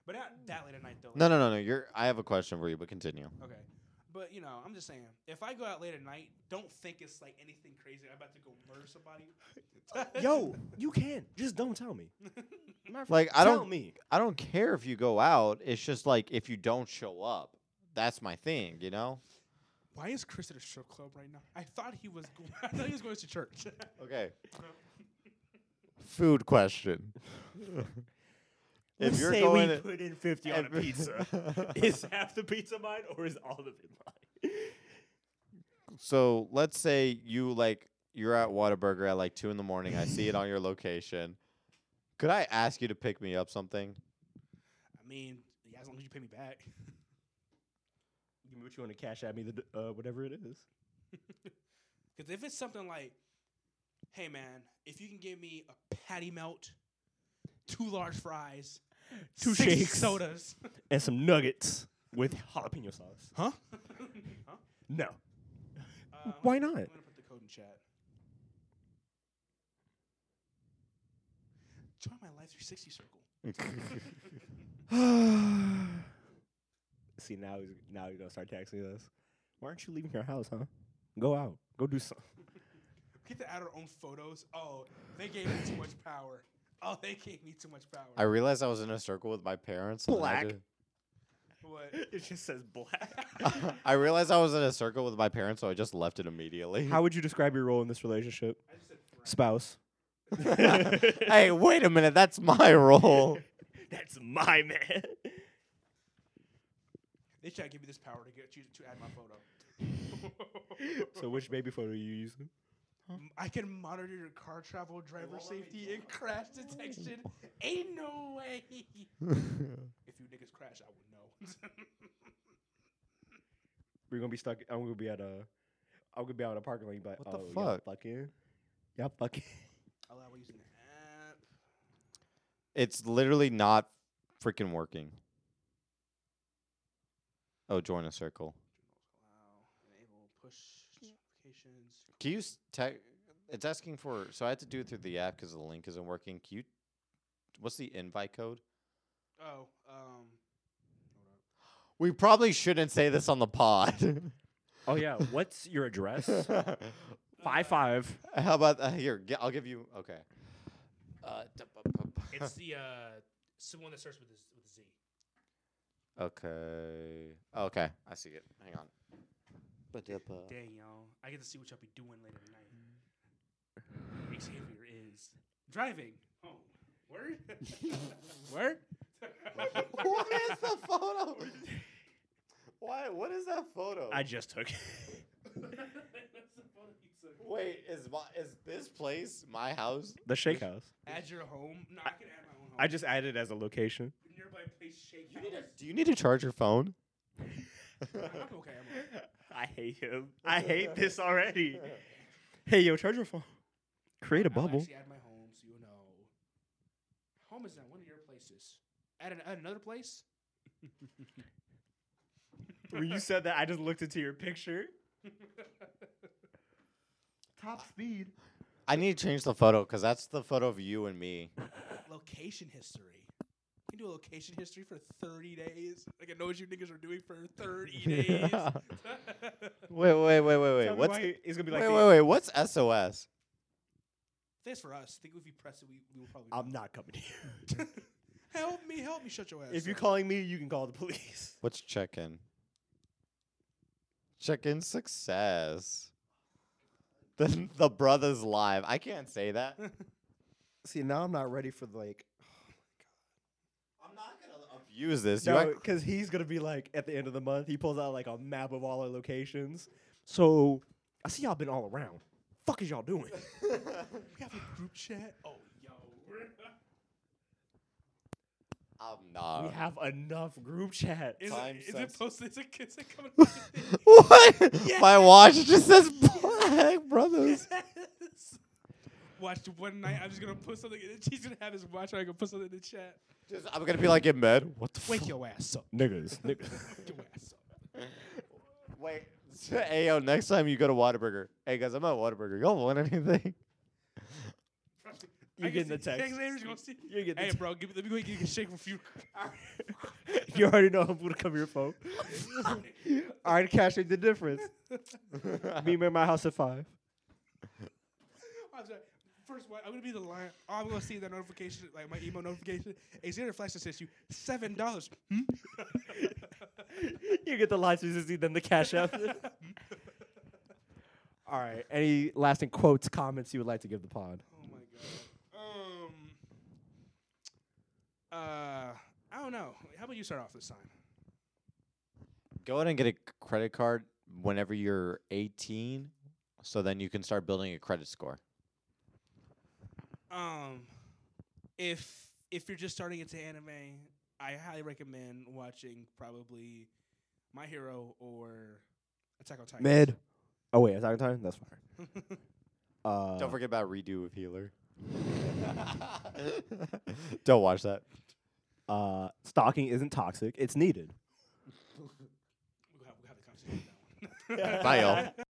But not that late at night though.
No,
like-
no, no, no. You're. I have a question for you, but continue.
Okay. But you know, I'm just saying, if I go out late at night, don't think it's like anything crazy. I'm about to go murder somebody.
[LAUGHS]
[LAUGHS] Uh,
Yo, you can just don't tell me. Matter of
Like,
fact,
I
tell
don't-
me.
I don't care if you go out. It's just like if you don't show up, that's my thing. You know.
why is Chris at a strip club right now? I thought he was. Go- [LAUGHS] I thought he was going to [LAUGHS] church.
Okay. Food question. if
Let's
you're
say
going
we
to-
put in
[LAUGHS]
fifty [LAUGHS] on a
if-
pizza.
[LAUGHS]
is half the pizza mine or is all of it mine?
so let's say you like you're at Whataburger at like two in the morning. I see it on your location. Could I ask you to pick me up something?
I mean, yeah, as long as you pay me back.
Give me what [LAUGHS] you want to cash at me, the, d- uh, whatever it is.
Because if it's something like, hey man, if you can give me a patty melt, two large fries,
Two
six
shakes.
sodas,
And some nuggets with jalapeno sauce.
[LAUGHS] huh? huh?
No.
Uh, I'm
Why
gonna- I'm
not?
gonna put the code in chat. Join my Life 360 circle.
[LAUGHS] See now he's now he's gonna start texting us. Why aren't you leaving your house, huh? Go out. Go do [LAUGHS] something.
Get to add our own photos. Oh, they gave me too much power. Oh, they gave me too much power.
I realized I was in a circle with my parents. and then I
Black.
did-
[LAUGHS]
what?
It just says black.
[LAUGHS] I realized I was in a circle with my parents, so I just left it immediately.
How would you describe your role in this relationship?
I just said
[LAUGHS]
friend.
Spouse.
[LAUGHS] hey, wait a minute. That's
[LAUGHS]
my role.
That's my man.
They tried to give me this power to get you to add my photo.
so which baby photo are you using?
M- I can monitor your car travel, driver safety, and crash detection. Ain't no way. if you niggas crash, I would know. [LAUGHS]
We're gonna be stuck. I'm gonna be at a. I'm gonna be out in a parking lot. and be like,
What the
oh,
fuck?
Y'all fucking. Y'all fucking.
Allow we're using the app.
it's literally not freaking working. Oh, join a circle.
Allow enable push notifications.
Can you s- te- It's asking for. So I had to do it through the app because the link isn't working. Can you? What's the invite code?
Oh, um,
We probably shouldn't say this on the pod.
Oh yeah. What's your address?
[LAUGHS]
[LAUGHS] five
uh,
five.
How about uh, here? gi- I'll give you. Okay. Uh, dup, bup, bup, bup.
It's the uh, someone that starts with a, with a Z.
okay. Okay, I see it. Hang on. But dup, uh, [LAUGHS]
Dang, y'all. I get to see what y'all be doing later tonight. Xavier is driving. Oh, word? [LAUGHS] word?
what is the photo? [LAUGHS] Why? What is that photo?
just took.
Wait, is my is this place my house?
the Shake House.
Add your home? No, I can add my own home.
I just added it as a [LAUGHS] location.
Nearby place shake.
You
[LAUGHS]
need
house.
Do you need to charge your phone?
I'm okay. I'm okay.
I hate him. I hate this already. [LAUGHS] Hey yo, charge your phone. Create a
I'll
bubble.
actually add my home so you know. Home is not one of your places. Add, an, add another place?
when you said that, I just looked into your picture. [LAUGHS] Top speed.
I need to change the photo because that's the photo of you and me.
location history. You can do a location history for 30 days. Like, I know what you niggas are doing for
[LAUGHS]
30 days.
[LAUGHS] Wait, wait, wait, wait, wait.
Tell me
What's
why
wait,
it's gonna be like?
wait,
the-
wait? What's SOS?
Thanks for us. think if we press it, we, we will probably.
I'm not coming [LAUGHS] here.
know. help me, help me, shut your ass.
if you're
up.
calling me, you can call the police.
What's check in? Check in success. The the brothers live. I can't say [LAUGHS] that.
See, now I'm not ready for like
I'm not gonna abuse this. You
No,
act-
because he's gonna be like at the end of the month, he pulls out like a map of all our locations. So I see y'all been all around. Fuck is y'all [LAUGHS] doing?
we have a group chat. Oh, yo.
I'm not.
we
[LAUGHS]
have enough group chat.
Is,
Time
it, is
sense.
it posted? Is it, is it coming? from the thing?
what?
Yes.
My watch just says Black
[LAUGHS]
Brothers.
Yes. Watch one night. I'm just gonna put something. In the, he's gonna have his watch. and I'm gonna put something in the chat.
Just- I'm gonna be like in bed. What the
Wake
fuck?
your ass up.
niggas, niggas.
Wake your ass up.
Wait. [LAUGHS] Hey yo, next time you go to Whataburger. Hey guys, I'm at Whataburger. Y'all want [LAUGHS] anything?
Trust me.
You
I can
getting the
see-
text.
Xavier's gonna see-
You get the
hey,
text.
bro, give me, let me go get a shake from you.
[LAUGHS] you already know I'm gonna come here, phone. [LAUGHS] all right, cash ain't the difference. Meet me at my house at five.
I'm sorry. First one, I'm gonna be the line. I'm gonna see that notification, like my email notification. Xavier Flash just sent you seven dollars. Hmm?
you get the live 360, then the cash [LAUGHS]
[LAUGHS]
app.
Hmm?
all right. Any lasting quotes, comments you would like to give the pod?
oh my god. Um. Uh. about you start off this time?
Go ahead and get a c- credit card whenever you're 18, so then you can start building a credit score.
Um, if if you're just starting into anime, I highly recommend watching probably My Hero or Attack on Titan.
Mid. Oh wait, attack on Titan. That's fine. Uh,
Don't forget about redo of healer. [LAUGHS] Don't watch that.
Uh, stalking isn't toxic. It's needed.
we'll have, we'll have the conversation. about that one. [LAUGHS]
[LAUGHS] Bye, y'all.